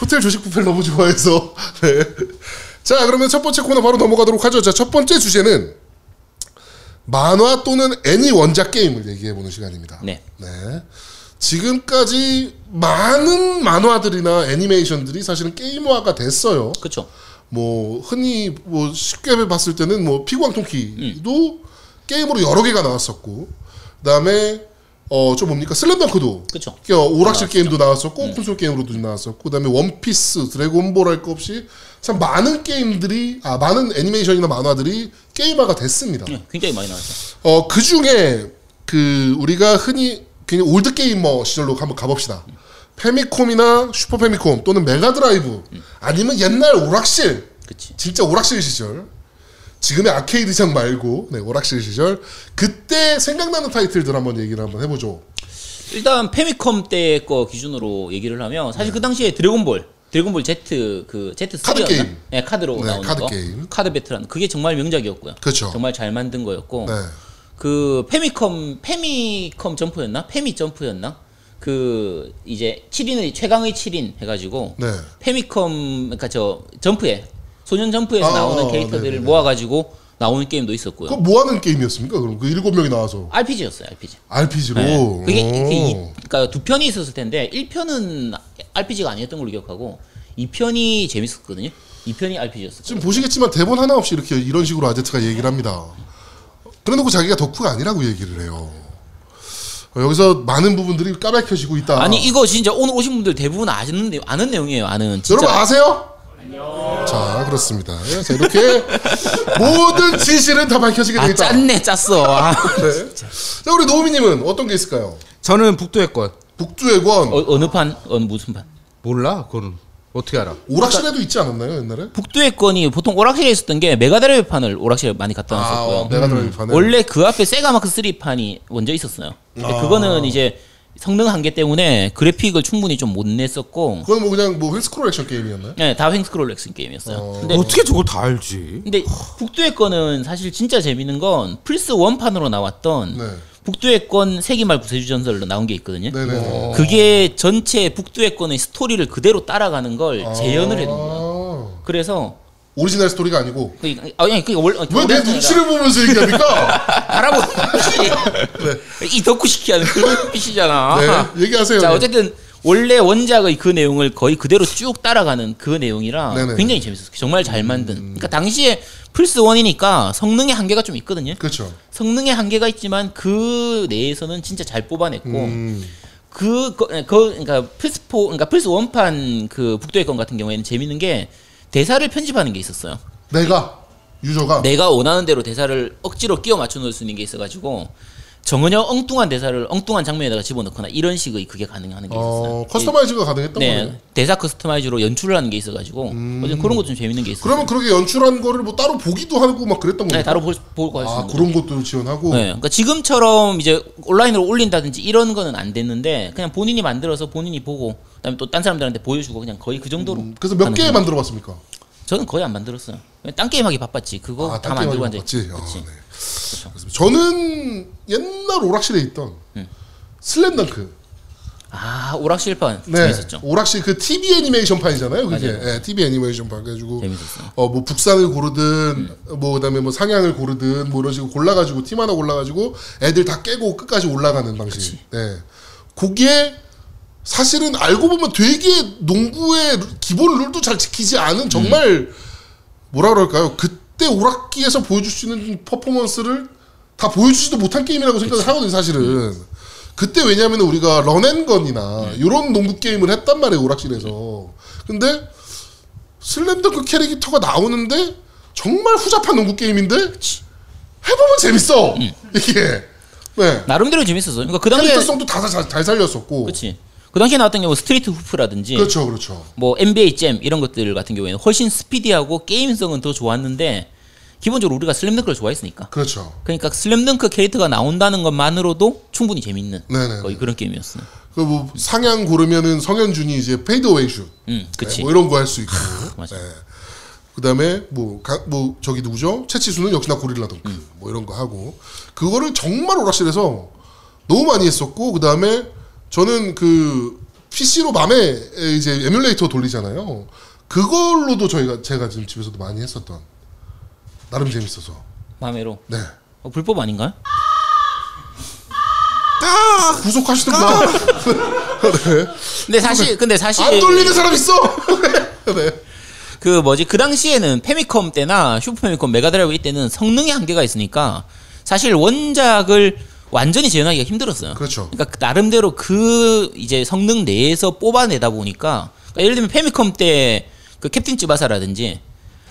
Speaker 3: 호텔 조식 뷔페를 너무 좋아해서 네. 자 그러면 첫 번째 코너 바로 넘어가도록 하죠 자첫 번째 주제는 만화 또는 애니 원작 게임을 얘기해보는 시간입니다
Speaker 5: 네.
Speaker 3: 네. 지금까지 많은 만화들이나 애니메이션들이 사실은 게임화가 됐어요
Speaker 5: 그렇죠.
Speaker 3: 뭐 흔히 뭐 쉽게 봤을 때는 뭐 피구왕통키도 게임으로 여러 개가 나왔었고 그다음에 어좀 뭡니까 슬램덩크도
Speaker 5: 그쵸.
Speaker 3: 그러니까 오락실 게임도 나왔었고 콘솔 게임으로도 나왔었고 그다음에 원피스 드래곤볼 할 거 없이 참 많은 게임들이 아 많은 애니메이션이나 만화들이 게임화가 됐습니다.
Speaker 5: 네, 굉장히 많이 나왔죠.
Speaker 3: 어, 그 중에 그 우리가 흔히 그냥 올드 게이머 시절로 한번 가봅시다. 페미콤이나 슈퍼 페미콤 또는 메가 드라이브 아니면 옛날 오락실
Speaker 5: 그치.
Speaker 3: 진짜 오락실 시절 지금의 아케이드장 말고 네, 오락실 시절 그때 생각나는 타이틀들 한번 얘기를 한번 해보죠.
Speaker 5: 일단 페미컴 때 거 기준으로 얘기를 하면 사실 그 당시에 드래곤볼 드래곤볼 Z 그 Z
Speaker 3: 네. 카드
Speaker 5: 3였나?
Speaker 3: 게임.
Speaker 5: 네 카드로
Speaker 3: 네,
Speaker 5: 나오는
Speaker 3: 카드
Speaker 5: 거
Speaker 3: 게임.
Speaker 5: 카드 배틀하는 그게 정말 명작이었고요.
Speaker 3: 그쵸.
Speaker 5: 정말 잘 만든 거였고
Speaker 3: 네.
Speaker 5: 그 페미컴 페미컴 점프였나? 페미 점프였나? 그 이제 7인의 최강의 7인 해가지고
Speaker 3: 네.
Speaker 5: 페미컴 그러니까 저 점프에 소년 점프에서
Speaker 3: 아,
Speaker 5: 나오는
Speaker 3: 아,
Speaker 5: 캐릭터들을
Speaker 3: 네네네.
Speaker 5: 모아가지고 나오는 게임도 있었고요.
Speaker 3: 그거 뭐 하는 게임이었습니까? 그럼 그 일곱 명이 나와서
Speaker 5: RPG였어요, RPG.
Speaker 3: RPG로.
Speaker 5: 네. 그게 이렇게 이,
Speaker 3: 오.
Speaker 5: 그러니까 두 편이 있었을 텐데 1편은 RPG가 아니었던 걸로 기억하고 2편이 재밌었거든요. 2편이 RPG였어요.
Speaker 3: 지금 보시겠지만 대본 하나 없이 이렇게 이런 식으로 아제트가 얘기를 합니다. 그래놓고 자기가 덕후가 아니라고 얘기를 해요. 어, 여기서 많은 부분들이 까밝혀지고 있다.
Speaker 5: 아니 이거 진짜 오늘 오신 분들 대부분 아는 내- 아는 내용이에요. 아는 진짜.
Speaker 3: 여러분 아세요? 자 그렇습니다. 예, 자 이렇게 모든 진실은 다 밝혀지게
Speaker 5: 아,
Speaker 3: 되겠다.
Speaker 5: 짰네, 짰어. 아.
Speaker 3: 네. 자 우리 노우미님은 어떤 게 있을까요?
Speaker 4: 저는 북도의 권
Speaker 3: 북두의 권
Speaker 5: 어, 어느 판? 어, 무슨 판?
Speaker 4: 몰라 그거는 어떻게 알아?
Speaker 3: 오락실에도 있지 않았나요 옛날에?
Speaker 5: 북두의 건이 보통 오락실에 있었던 게 메가드라이브 판을 오락실에 많이 갖다
Speaker 3: 아,
Speaker 5: 놨었고요.
Speaker 3: 어, 메가드라이브 판을.
Speaker 5: 원래 그 앞에 세가 마크 3 판이 먼저 있었어요. 근데
Speaker 3: 아.
Speaker 5: 그거는 이제 성능 한계 때문에 그래픽을 충분히 좀 못 냈었고
Speaker 3: 그건 뭐 그냥 뭐 휠스크롤 액션 게임이었나요?
Speaker 5: 네, 다 횡스크롤 액션 게임이었어요. 근데,
Speaker 4: 어떻게 저걸 다 알지?
Speaker 5: 근데 북두의 건은 사실 진짜 재밌는 건 플스 원판으로 나왔던
Speaker 3: 네.
Speaker 5: 북두의 건 세기말 구세주 전설로 나온 게 있거든요.
Speaker 3: 네네.
Speaker 5: 그게 전체 북두의 건의 스토리를 그대로 따라가는 걸 재현을 해놓은 거예요.
Speaker 3: 아,
Speaker 5: 그래서
Speaker 3: 오리지널 스토리가 아니고
Speaker 5: 그, 아, 아니, 그게 원래
Speaker 3: 왜 내 눈치를 보면서 얘기합니까?
Speaker 5: 바라보는 이 덕후시키 하는 그런 뜻이잖아.
Speaker 3: 네, 얘기하세요.
Speaker 5: 자, 어쨌든 원래 원작의 그 내용을 거의 그대로 쭉 따라가는 그 내용이라
Speaker 3: 네네. 음.
Speaker 5: 굉장히 재밌었어요. 정말 잘 만든. 그러니까 당시에 플스 1이니까 성능의 한계가 좀 있거든요.
Speaker 3: 그렇죠.
Speaker 5: 성능의 한계가 있지만 그 내에서는 진짜 잘 뽑아냈고
Speaker 3: 음.
Speaker 5: 그, 거, 그 그러니까 플스 4 그러니까 플스 원판 그 북도의 건 같은 경우에는 재밌는 게 대사를 편집하는 게 있었어요.
Speaker 3: 내가 유저가
Speaker 5: 내가 원하는 대로 대사를 억지로 끼워 맞춰 놓을 수 있는 게 있어가지고 정은여 엉뚱한 대사를 엉뚱한 장면에다가 집어넣거나 이런 식의 그게 가능하는 게 있었어요. 예.
Speaker 3: 어, 커스터마이즈가 가능했던
Speaker 5: 네,
Speaker 3: 거예요. 음.
Speaker 5: 대사 커스터마이즈로 연출을 하는 게 있어가지고 어쨌든 그런 것좀 재밌는 게 있어요.
Speaker 3: 그러면 그렇게 연출한 거를 뭐 따로 보기도 하고 막 그랬던 거예요.
Speaker 5: 네, 따로 볼 볼거 할수
Speaker 3: 아
Speaker 5: 있는
Speaker 3: 그런 것도 지원하고.
Speaker 5: 네, 그러니까 지금처럼 이제 온라인으로 올린다든지 이런 거는 안 됐는데 그냥 본인이 만들어서 본인이 보고 그다음에 또 딴 사람들한테 보여주고 그냥 거의 그 정도로.
Speaker 3: 음, 그래서 몇
Speaker 5: 하는
Speaker 3: 개
Speaker 5: 거예요.
Speaker 3: 만들어봤습니까?
Speaker 5: 저는 거의 안 만들었어요. 그냥 딴 게임 하기 바빴지. 그거
Speaker 3: 아,
Speaker 5: 다
Speaker 3: 딴
Speaker 5: 만들고
Speaker 3: 게임
Speaker 5: 앉아.
Speaker 3: 맞지. 아,
Speaker 5: 그치.
Speaker 3: 네. 그렇습니다. 저는 옛날 오락실에 있던
Speaker 5: 음.
Speaker 3: 슬램덩크.
Speaker 5: 아 오락실판
Speaker 3: 네.
Speaker 5: 재밌었죠.
Speaker 3: 오락실 그 TV 애니메이션판이잖아요. 그게
Speaker 5: 맞아요.
Speaker 3: 예, TV 애니메이션판 가지고
Speaker 5: 재밌었어요.
Speaker 3: 어 뭐 북산을 고르든 뭐 그다음에 뭐 상향을 고르든 뭐 이런 식으로 골라가지고 팀 하나 골라가지고 애들 다 깨고 끝까지 올라가는 방식. 네. 그게 사실은 알고 보면 되게 농구의 루- 기본 룰도 잘 지키지 않은 정말
Speaker 5: 음.
Speaker 3: 뭐라 그럴까요? 그때 오락기에서 보여줄 수 있는 퍼포먼스를 다 보여주지도 못한 게임이라고 생각을 하거든요, 사실은. 그때 왜냐하면 우리가 런앤건이나
Speaker 5: 네.
Speaker 3: 이런 농구 게임을 했단 말이에요, 오락실에서. 근데 슬램덩크 캐릭터가 나오는데 정말 후잡한 농구 게임인데 해보면 재밌어 이게. 네.
Speaker 5: 나름대로 재밌었어요. 그러니까 그 당시에
Speaker 3: 캐릭터성도 다 잘 살렸었고.
Speaker 5: 그치. 그 당시에 나왔던 경우 스트리트 후프라든지
Speaker 3: 그렇죠, 그렇죠.
Speaker 5: 뭐 NBA 잼 이런 것들 같은 경우에는 훨씬 스피디하고 게임성은 더 좋았는데 기본적으로 우리가 슬램덩크를 좋아했으니까.
Speaker 3: 그렇죠.
Speaker 5: 그러니까 슬램덩크 캐릭터가 나온다는 것만으로도 충분히 재밌는
Speaker 3: 네네.
Speaker 5: 거의 그런 게임이었어요.
Speaker 3: 그 뭐 상향 고르면은 성현준이 이제 페이드웨이 슛,
Speaker 5: 음, 그치.
Speaker 3: 네, 뭐 이런 거 할 수 있고. 예.
Speaker 5: 맞아.
Speaker 3: 그다음에 뭐, 가, 뭐 저기 누구죠? 채치수는 역시나 고릴라 덩크
Speaker 5: 음.
Speaker 3: 뭐 이런 거 하고 그거를 정말 오락실에서 너무 많이 했었고 그다음에 저는 그 PC로 맘에 이제 에뮬레이터 돌리잖아요. 그걸로도 저희가 제가 지금 집에서도 많이 했었던 나름 재밌어서
Speaker 5: 마음대로.
Speaker 3: 네
Speaker 5: 어, 불법 아닌가요? 아,
Speaker 3: 구속하시던가
Speaker 5: 근데 사실 근데 사실
Speaker 3: 안 돌리는 사람 있어 네.
Speaker 5: 그 뭐지 그 당시에는 페미컴 때나 슈퍼페미컴 메가드라이브 이때는 성능의 한계가 있으니까 사실 원작을 완전히 재현하기가 힘들었어요.
Speaker 3: 그렇죠.
Speaker 5: 그러니까 그 나름대로 그 이제 성능 내에서 뽑아내다 보니까 그러니까 예를 들면 페미컴 때 그 캡틴 쯔바사라든지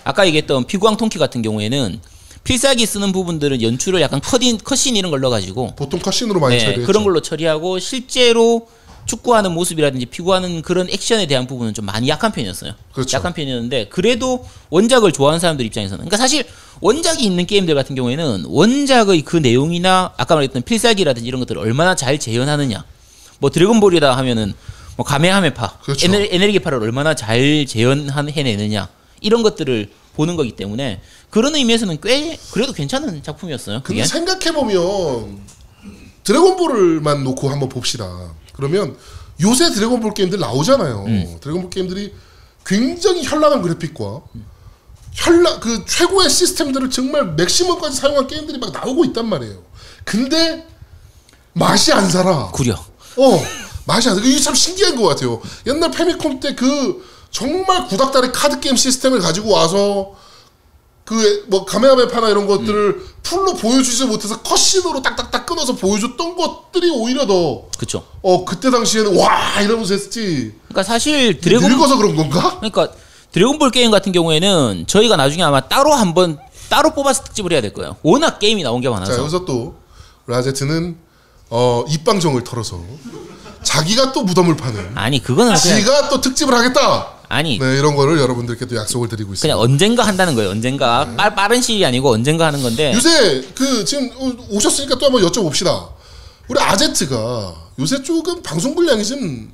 Speaker 5: 아까 얘기했던 피구왕 통키 같은 경우에는 필살기 쓰는 부분들은 연출을 약간 컷인 컷신 이런 걸 넣어가지고
Speaker 3: 보통 컷신으로 많이
Speaker 5: 네,
Speaker 3: 처리했죠
Speaker 5: 그런 걸로 처리하고 실제로 축구하는 모습이라든지 피구하는 그런 액션에 대한 부분은 좀 많이 약한 편이었어요.
Speaker 3: 그렇죠.
Speaker 5: 약한 편이었는데 그래도 원작을 좋아하는 사람들 입장에서는 그러니까 사실 원작이 있는 게임들 같은 경우에는 원작의 그 내용이나 아까 말했던 필살기라든지 이런 것들을 얼마나 잘 재현하느냐. 뭐 드래곤볼이다 하면은 뭐 가메하메파,
Speaker 3: 그렇죠.
Speaker 5: 에너- 에너지파를 얼마나 잘 재현해내느냐 이런 것들을 보는 거기 때문에 그런 의미에서는 꽤 그래도 괜찮은 작품이었어요.
Speaker 3: 근데
Speaker 5: 그게.
Speaker 3: 생각해 보면 드래곤볼을만 놓고 한번 봅시다. 그러면 요새 드래곤볼 게임들 나오잖아요.
Speaker 5: 음.
Speaker 3: 드래곤볼 게임들이 굉장히 현란한 그래픽과 현란 그 최고의 시스템들을 정말 맥시멈까지 사용한 게임들이 막 나오고 있단 말이에요. 근데 맛이 안 살아.
Speaker 5: 구려.
Speaker 3: 어 맛이 안 살아. 이게 참 신기한 것 같아요. 옛날 페미콤 때 그 정말 구닥다리 카드 게임 시스템을 가지고 와서 그 뭐 가메가메파나 이런 것들을
Speaker 5: 음.
Speaker 3: 풀로 보여주지 못해서 컷신으로 딱딱딱 끊어서 보여줬던 것들이 오히려 더
Speaker 5: 그렇죠.
Speaker 3: 어, 그때 당시에는 와 이러면서 했지
Speaker 5: 그러니까 사실 드래곤
Speaker 3: 늙어서 그런 건가?
Speaker 5: 그러니까 드래곤볼 게임 같은 경우에는 저희가 나중에 아마 따로 한번 따로 뽑아서 특집을 해야 될 거예요. 워낙 게임이 나온 게
Speaker 3: 자
Speaker 5: 많아서.
Speaker 3: 여기서 또 라제트는 어, 입방정을 털어서 자기가 또 무덤을 파는
Speaker 5: 아니 음. 그거는 그냥,
Speaker 3: 지가 또 특집을 하겠다
Speaker 5: 아니
Speaker 3: 네 이런 거를 여러분들께 또 약속을 드리고 있습니다
Speaker 5: 그냥 언젠가 한다는 거예요. 언젠가
Speaker 3: 네.
Speaker 5: 빠, 빠른 시일이 아니고 언젠가 하는 건데.
Speaker 3: 요새 그 지금 오- 오셨으니까 또 한번 여쭤봅시다 우리 아제트가 요새 조금 방송 분량이 좀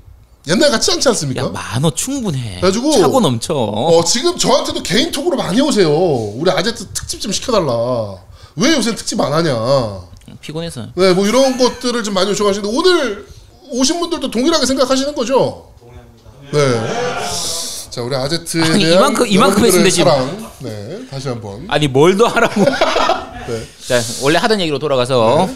Speaker 3: 옛날 같지 않지 않습니까?
Speaker 5: 야 만호 충분해.
Speaker 3: 그래가지고-
Speaker 5: 차고 넘쳐.
Speaker 3: 어, 지금 저한테도 개인톡으로 많이 오세요. 우리 아제트 특집 좀 시켜달라. 왜 요새 특집 안 하냐.
Speaker 5: 피곤해서.
Speaker 3: 네, 뭐 이런 것들을 좀 많이 요청하시는데 오늘 오신 분들도 동일하게 생각하시는 거죠? 동의합니다. 네. 자, 우리 아제트에
Speaker 5: 아니,
Speaker 3: 대한
Speaker 5: 이만큼- 이만큼
Speaker 3: 여러분들의
Speaker 5: 했는데 지금.
Speaker 3: 사랑. 네, 다시 한번.
Speaker 5: 아니 뭘 더 하라고.
Speaker 3: 네.
Speaker 5: 자 원래 하던 얘기로 돌아가서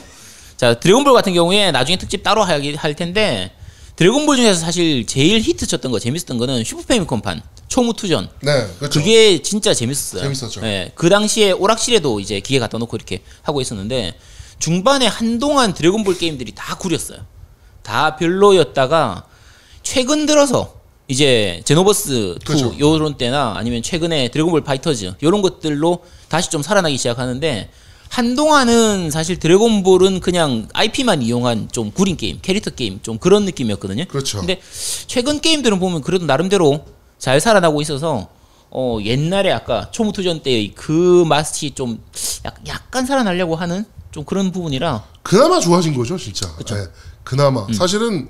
Speaker 5: 자 드래곤볼 같은 경우에 나중에 특집 따로 하기 할 텐데 드래곤볼 중에서 사실 제일 히트쳤던 거 재밌었던 거는 슈퍼패미컴판 초무투전.
Speaker 3: 네, 그렇죠.
Speaker 5: 그게 진짜 재밌었어요.
Speaker 3: 재밌었죠.
Speaker 5: 예, 그 당시에 오락실에도 이제 기계 갖다 놓고 이렇게 하고 있었는데 중반에 한동안 드래곤볼 게임들이 다 구렸어요. 다 별로였다가 최근 들어서 이제 제노버스 2
Speaker 3: 그죠.
Speaker 5: 요런 때나 아니면 최근에 드래곤볼 파이터즈 요런 것들로 다시 좀 살아나기 시작하는데 한동안은 사실 드래곤볼은 그냥 IP만 이용한 좀 구린 게임, 캐릭터 게임 좀 그런 느낌이었거든요.
Speaker 3: 그렇죠.
Speaker 5: 근데 최근 게임들은 보면 그래도 나름대로 잘 살아나고 있어서 어 옛날에 아까 초무투전 때의 그 맛이 좀 약, 약간 살아나려고 하는 좀 그런 부분이라
Speaker 3: 그나마 좋아진 거죠, 진짜. 네, 그나마.
Speaker 5: 음.
Speaker 3: 사실은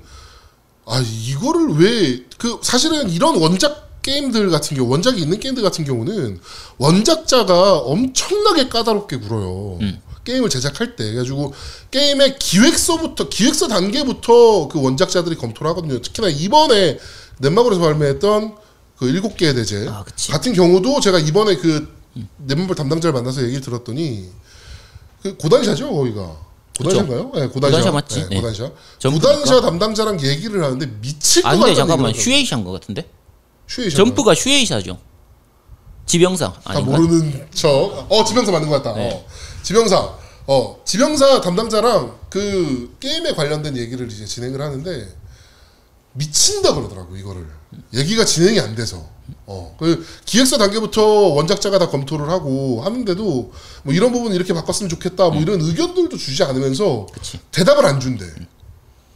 Speaker 3: 아 이거를 왜 그 사실은 이런 원작 게임들 같은 경우 원작이 있는 게임들 같은 경우는 원작자가 엄청나게 까다롭게 굴어요.
Speaker 5: 음.
Speaker 3: 게임을 제작할 때 그래가지고 게임의 기획서부터 기획서 단계부터 그 원작자들이 검토를 하거든요. 특히나 이번에 넷마블에서 발매했던 그 일곱 개의 대제
Speaker 5: 아, 그치. 음.
Speaker 3: 같은 경우도 제가 이번에 그 넷마블 담당자를 만나서 얘기를 들었더니 그 고단샤죠 거기가 고단샤인가요? 네, 고단샤,
Speaker 5: 고단샤 맞지?
Speaker 3: 네,
Speaker 5: 네.
Speaker 3: 고단샤.
Speaker 5: 점프니까?
Speaker 3: 구단샤 담당자랑 얘기를 하는데 미칠 것
Speaker 5: 안돼
Speaker 3: 같다는
Speaker 5: 잠깐만
Speaker 3: 얘기를
Speaker 5: 슈에이샤인 것 같은데
Speaker 3: 네. 하더라고요. 슈에이션가요?
Speaker 5: 점프가 슈에이샤죠 지병사
Speaker 3: 다
Speaker 5: 아닌가
Speaker 3: 모르는 척. 어 지명사 맞는 것
Speaker 5: 네.
Speaker 3: 같다. 어. 지명사. 어 지명사 담당자랑 그 게임에 관련된 얘기를 이제 진행을 하는데 미친다 그러더라고 이거를 얘기가 진행이 안 돼서 어그 기획서 단계부터 원작자가 다 검토를 하고 하는데도 뭐 이런 부분 이렇게 바꿨으면 좋겠다
Speaker 5: 음.
Speaker 3: 뭐 이런 의견들도 주지 않으면서 대답을 안 준대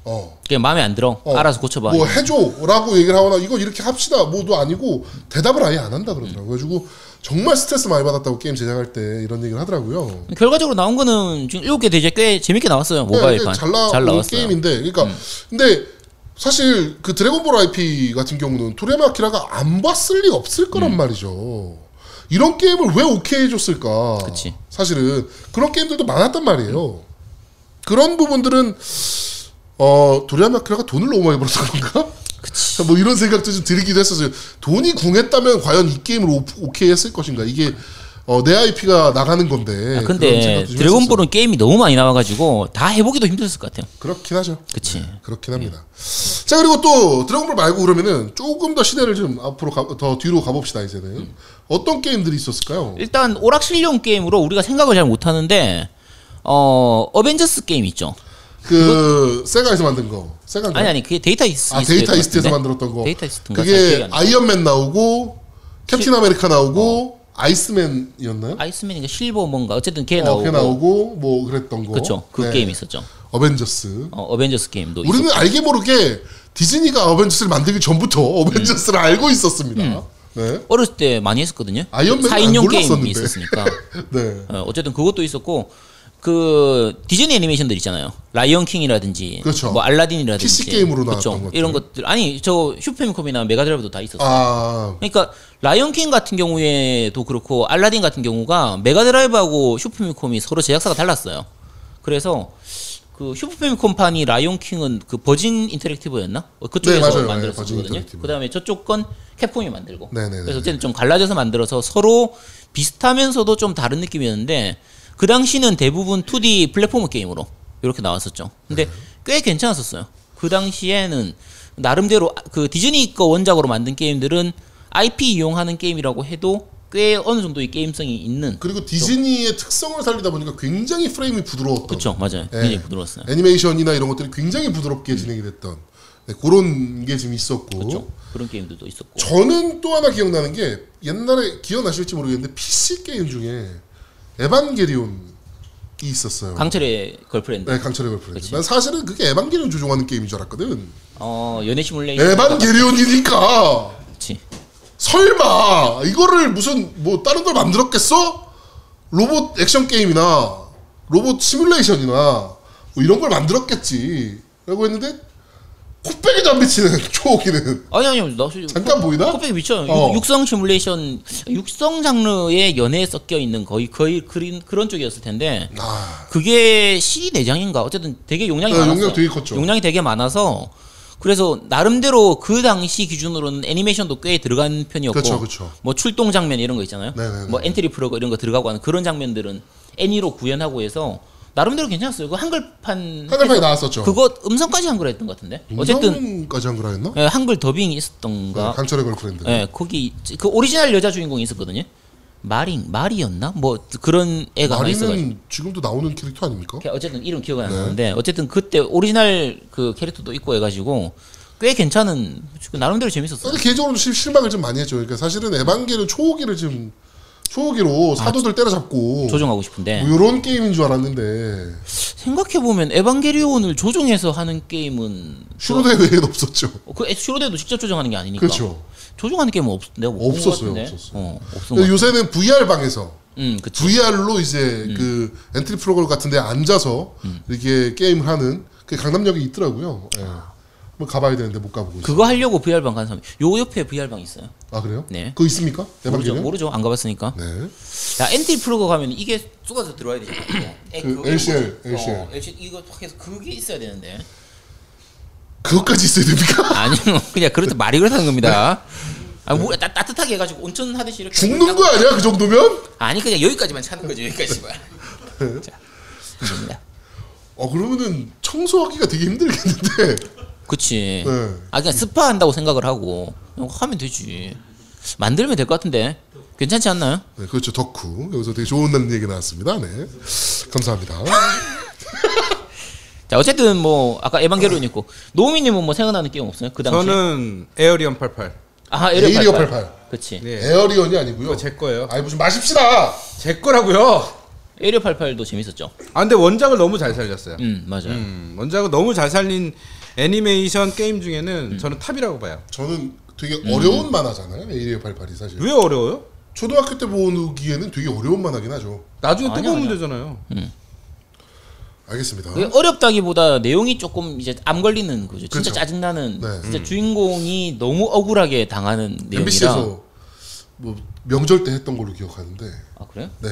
Speaker 3: 어
Speaker 5: 그냥 마음에 안 들어
Speaker 3: 어,
Speaker 5: 알아서 고쳐봐
Speaker 3: 뭐 해줘라고 얘기를 하거나 이거 이렇게 합시다 뭐도 아니고 대답을 아예 안 한다 그러더라고요. 그래가지고 정말 스트레스 많이 받았다고 게임 제작할 때 이런 얘기를 하더라고요.
Speaker 5: 결과적으로 나온 거는 지금 7개 대제 꽤 재밌게 나왔어요
Speaker 3: 네,
Speaker 5: 모바일판
Speaker 3: 이게 잘, 나, 온
Speaker 5: 나왔어요 음.
Speaker 3: 게임인데 그러니까 근데 사실 그 드래곤볼 IP 같은 경우는 토레마 아키라가 안 봤을 리 없을
Speaker 5: 음.
Speaker 3: 거란 말이죠. 이런 게임을 왜 오케이 해줬을까?
Speaker 5: 그치.
Speaker 3: 사실은 그런 게임들도 많았단 말이에요. 그런 부분들은 어 도리안 마크라가 돈을 너무 많이 벌었던 건가? 그치. 뭐 이런 생각도 좀 들기도 했었어요. 돈이 궁했다면 과연 이 게임을 오, 오케이 했을 것인가? 이게 어, 내 IP가 나가는 건데.
Speaker 5: 아,
Speaker 3: 그런
Speaker 5: 근데
Speaker 3: 생각도 좀 했었어요.
Speaker 5: 드래곤볼은 게임이 너무 많이 나와가지고 다 해보기도 힘들었을 것 같아요
Speaker 3: 그렇긴 하죠. 네,
Speaker 5: 그치 네.
Speaker 3: 그렇긴 합니다. 자 그리고 또 드래곤볼 말고 그러면은 조금 더 시대를 좀 앞으로 가, 더 뒤로 가봅시다 이제는 어떤 게임들이 있었을까요?
Speaker 5: 음. 뭐. 일단 오락실용 게임으로 우리가 생각을 잘 못하는데 어 어벤져스 게임 있죠.
Speaker 3: 그 세가에서 만든 거 세가
Speaker 5: 아니 아니 그게 데이터 이스트
Speaker 3: 아 데이터 이스트에서 만들었던 거
Speaker 5: 데이터 이스트인가 잘 기억이
Speaker 3: 그게
Speaker 5: 안 나.
Speaker 3: 아이언맨 나오고 캡틴 아메리카
Speaker 5: 어.
Speaker 3: 나오고 아이스맨이었나요?
Speaker 5: 아이스맨인가 실버 뭔가 어쨌든 걔
Speaker 3: 어,
Speaker 5: 나오고
Speaker 3: 그게 나오고 뭐 그랬던 거
Speaker 5: 그쵸 그
Speaker 3: 네.
Speaker 5: 게임 있었죠.
Speaker 3: 어벤져스
Speaker 5: 어, 어벤져스 게임도
Speaker 3: 우리는
Speaker 5: 있었고.
Speaker 3: 알게 모르게 디즈니가 어벤져스를 만들기 전부터
Speaker 5: 음.
Speaker 3: 어벤져스를 알고 있었습니다. 네.
Speaker 5: 어렸을 때 많이 했었거든요.
Speaker 3: 아이언맨은
Speaker 5: 4인용
Speaker 3: 안
Speaker 5: 게임이
Speaker 3: 골랐었는데.
Speaker 5: 있었으니까.
Speaker 3: 네.
Speaker 5: 어, 어쨌든 그것도 있었고 그 디즈니 애니메이션들 있잖아요. 라이언 킹이라든지
Speaker 3: 그렇죠.
Speaker 5: 뭐 알라딘이라든지
Speaker 3: PC 게임으로 나왔던
Speaker 5: 그렇죠.
Speaker 3: 것들.
Speaker 5: 이런 것들 아니 저 슈퍼미컴이나 메가드라이브도 다 있었어요.
Speaker 3: 아,
Speaker 5: 그러니까 라이언 킹 같은 경우에도 그렇고 알라딘 같은 경우가 메가드라이브하고 슈퍼미컴이 서로 제작사가 달랐어요. 그래서 그 슈퍼미컴판이 라이언 킹은 그 버진 인터랙티브였나? 어,
Speaker 3: 네,
Speaker 5: 그쪽에서
Speaker 3: 맞아요. 네, 버진
Speaker 5: 만들었거든요.
Speaker 3: 인터랙티브.
Speaker 5: 그다음에 저쪽 건 캡콤이 만들고.
Speaker 3: 네, 네, 네,
Speaker 5: 그래서 어쨌든 좀 갈라져서 만들어서 서로 비슷하면서도 좀 다른 느낌이었는데 그 당시는 대부분 2D 플랫폼 게임으로 이렇게 나왔었죠. 근데
Speaker 3: 네.
Speaker 5: 꽤 괜찮았었어요. 그 당시에는 나름대로 그 디즈니 거 원작으로 만든 게임들은 IP 이용하는 게임이라고 해도 꽤 어느 정도의 게임성이 있는
Speaker 3: 그리고 디즈니의 특성을 살리다 보니까 굉장히 프레임이 부드러웠던.
Speaker 5: 그렇죠 맞아요
Speaker 3: 예.
Speaker 5: 굉장히 부드러웠어요 음.
Speaker 3: 애니메이션이나 이런 것들이 굉장히 부드럽게 진행이 됐던 네, 그런 게 지금 있었고.
Speaker 5: 그렇죠 그런 게임들도 있었고
Speaker 3: 저는 또 하나 기억나는 게 옛날에 기억나실지 모르겠는데 PC 게임 중에 에반게리온이 있었어요.
Speaker 5: 강철의 걸프렌드
Speaker 3: 네, 강철의 걸프렌드.
Speaker 5: 그치.
Speaker 3: 난 사실은 그게 에반게리온 조종하는 게임인 줄 알았거든.
Speaker 5: 어 연애 시뮬레이션
Speaker 3: 예, 에반게리온이니까
Speaker 5: 그렇지
Speaker 3: 설마 이거를 무슨 뭐 다른 걸 만들었겠어? 로봇 액션 게임이나 로봇 시뮬레이션이나 뭐 이런 걸 만들었겠지라고 했는데 코빼기 잠비치는 초기는
Speaker 5: 아니 아니 나 사실
Speaker 3: 잠깐 보이나?
Speaker 5: 코빼기 미쳐요
Speaker 3: 어.
Speaker 5: 육- 육성 시뮬레이션 육성 장르의 연애에 섞여 있는 거의 거의 그린, 그런 쪽이었을 텐데
Speaker 3: 아,
Speaker 5: 그게 CD 내장인가 어쨌든 되게 용량이
Speaker 3: 네,
Speaker 5: 많았어요.
Speaker 3: 용량 되게 컸죠.
Speaker 5: 용량이 되게 많아서 그래서 나름대로 그 당시 기준으로는 애니메이션도 꽤 들어간 편이었고
Speaker 3: 그쵸, 그쵸.
Speaker 5: 뭐 출동 장면 이런 거 있잖아요.
Speaker 3: 네, 네, 네.
Speaker 5: 뭐 엔트리 프로그 이런 거 들어가고 하는 그런 장면들은 애니로 구현하고 해서 나름대로 괜찮았어요. 그 한글판
Speaker 3: 한글판이 나왔었죠.
Speaker 5: 그거 음성까지 한글 했던 것 같은데. 어쨌든
Speaker 3: 까지 한 거라 했나?
Speaker 5: 예, 한글 더빙이 있었던가.
Speaker 3: 네, 강철의 걸프렌드.
Speaker 5: 예, 거기 그 오리지널 여자 주인공이 있었거든요. 마링, 마리였나? 뭐 그런 애가 하나 있어가지고.
Speaker 3: 마리는 지금도 나오는 네. 캐릭터 아닙니까?
Speaker 5: 걔 어쨌든 이름 기억이 안 나는데 어쨌든 그때 오리지널 그 캐릭터도 있고 해가지고 꽤 괜찮은 그 나름대로 재밌었어요.
Speaker 3: 근데 개인적으로 좀 실망을 좀 많이 했죠. 그러니까 사실은 에반게리온 초기를 지금 초기로 사도들 때려잡고
Speaker 5: 아, 조종하고 싶은데
Speaker 3: 뭐 이런 게임인 줄 알았는데
Speaker 5: 생각해 보면 에반게리온을 조종해서 하는 게임은
Speaker 3: 슈로데 외에는 없었죠.
Speaker 5: 어, 그 슈로데도 직접 조종하는 게 아니니까
Speaker 3: 그렇죠.
Speaker 5: 조종하는 게임은 없 내가 못본것
Speaker 3: 없었어요,
Speaker 5: 같은데.
Speaker 3: 없었어요.
Speaker 5: 어, 없은 것
Speaker 3: 근데
Speaker 5: 같아.
Speaker 3: 요새는 VR 방에서
Speaker 5: 음, 그치.
Speaker 3: VR로 이제
Speaker 5: 음.
Speaker 3: 그 엔트리 프로그램 같은데 앉아서 이렇게 게임을 하는 그 강남역에 있더라고요. 예. 한번 가봐야 되는데 못 가보고 있어요.
Speaker 5: 그거 하려고 VR 방 가는 사람. 요 옆에 VR 방 있어요.
Speaker 3: 아 그래요?
Speaker 5: 네.
Speaker 3: 그거 있습니까?
Speaker 5: 모르죠,
Speaker 3: 에반게리온?
Speaker 5: 모르죠. 안 가봤으니까.
Speaker 3: 네.
Speaker 5: 야, 엔티 프로그 가면 이게 쏟아져 들어와야 되잖아. 에,
Speaker 3: 그
Speaker 5: 그게
Speaker 3: LCL,
Speaker 5: 뭐지? 어,
Speaker 3: LCL.
Speaker 5: LCL 이거 확 해서 그게 있어야 되는데.
Speaker 3: 그것까지 있어야 됩니까?
Speaker 5: 아니요, 뭐 그냥 그렇다 말이 그렇다는 겁니다. 아, 뭐, 따, 따뜻하게 해가지고 온천 하듯이 이렇게
Speaker 3: 죽는 거 아니야 그 정도면?
Speaker 5: 아니 그냥 여기까지만 차는 거지 여기까지만. 자, 됩니다.
Speaker 3: 어 그러면은 청소하기가 되게 힘들겠는데.
Speaker 5: 그치.
Speaker 3: 네.
Speaker 5: 아 그냥 스파 한다고 생각을 하고 그냥 하면 되지. 만들면 될 것 같은데 괜찮지 않나요?
Speaker 3: 네, 그렇죠. 덕후. 여기서 되게 좋은 남 얘기 나왔습니다. 네. 감사합니다.
Speaker 5: 자 어쨌든 뭐 아까 에반게리온 있고 노우미님은 뭐 생각나는 게임 없어요? 그 당시.
Speaker 4: 저는 에어리언 88.
Speaker 5: 아
Speaker 3: 에이리어
Speaker 5: 에리어
Speaker 3: 88.
Speaker 5: 88. 그치.
Speaker 4: 네.
Speaker 3: 에어리언이 아니고요.
Speaker 4: 제 거예요.
Speaker 3: 아이 무슨 마십시다.
Speaker 4: 제 거라고요.
Speaker 5: 에리어 88도 재밌었죠.
Speaker 4: 아 근데 원작을 너무 잘 살렸어요.
Speaker 5: 음 맞아요.
Speaker 4: 음, 원작을 너무 잘 살린 애니메이션 게임 중에는
Speaker 5: 음.
Speaker 4: 저는 탑이라고 봐요.
Speaker 3: 저는 되게 어려운 만화잖아요. 에이리어 88이 사실.
Speaker 4: 왜 어려워요?
Speaker 3: 초등학교 때 보기에는 되게 어려운 만화긴 하죠.
Speaker 4: 나중에 또
Speaker 5: 아니야,
Speaker 4: 보면
Speaker 5: 아니야.
Speaker 4: 되잖아요.
Speaker 3: 알겠습니다.
Speaker 5: 그게 어렵다기보다 내용이 조금 이제 암 걸리는 거죠. 진짜
Speaker 3: 그렇죠.
Speaker 5: 짜증나는
Speaker 3: 네.
Speaker 5: 진짜 주인공이 너무 억울하게 당하는 내용이라.
Speaker 3: MBC에서 뭐 명절 때 했던 걸로 기억하는데.
Speaker 5: 아 그래요?
Speaker 3: 네.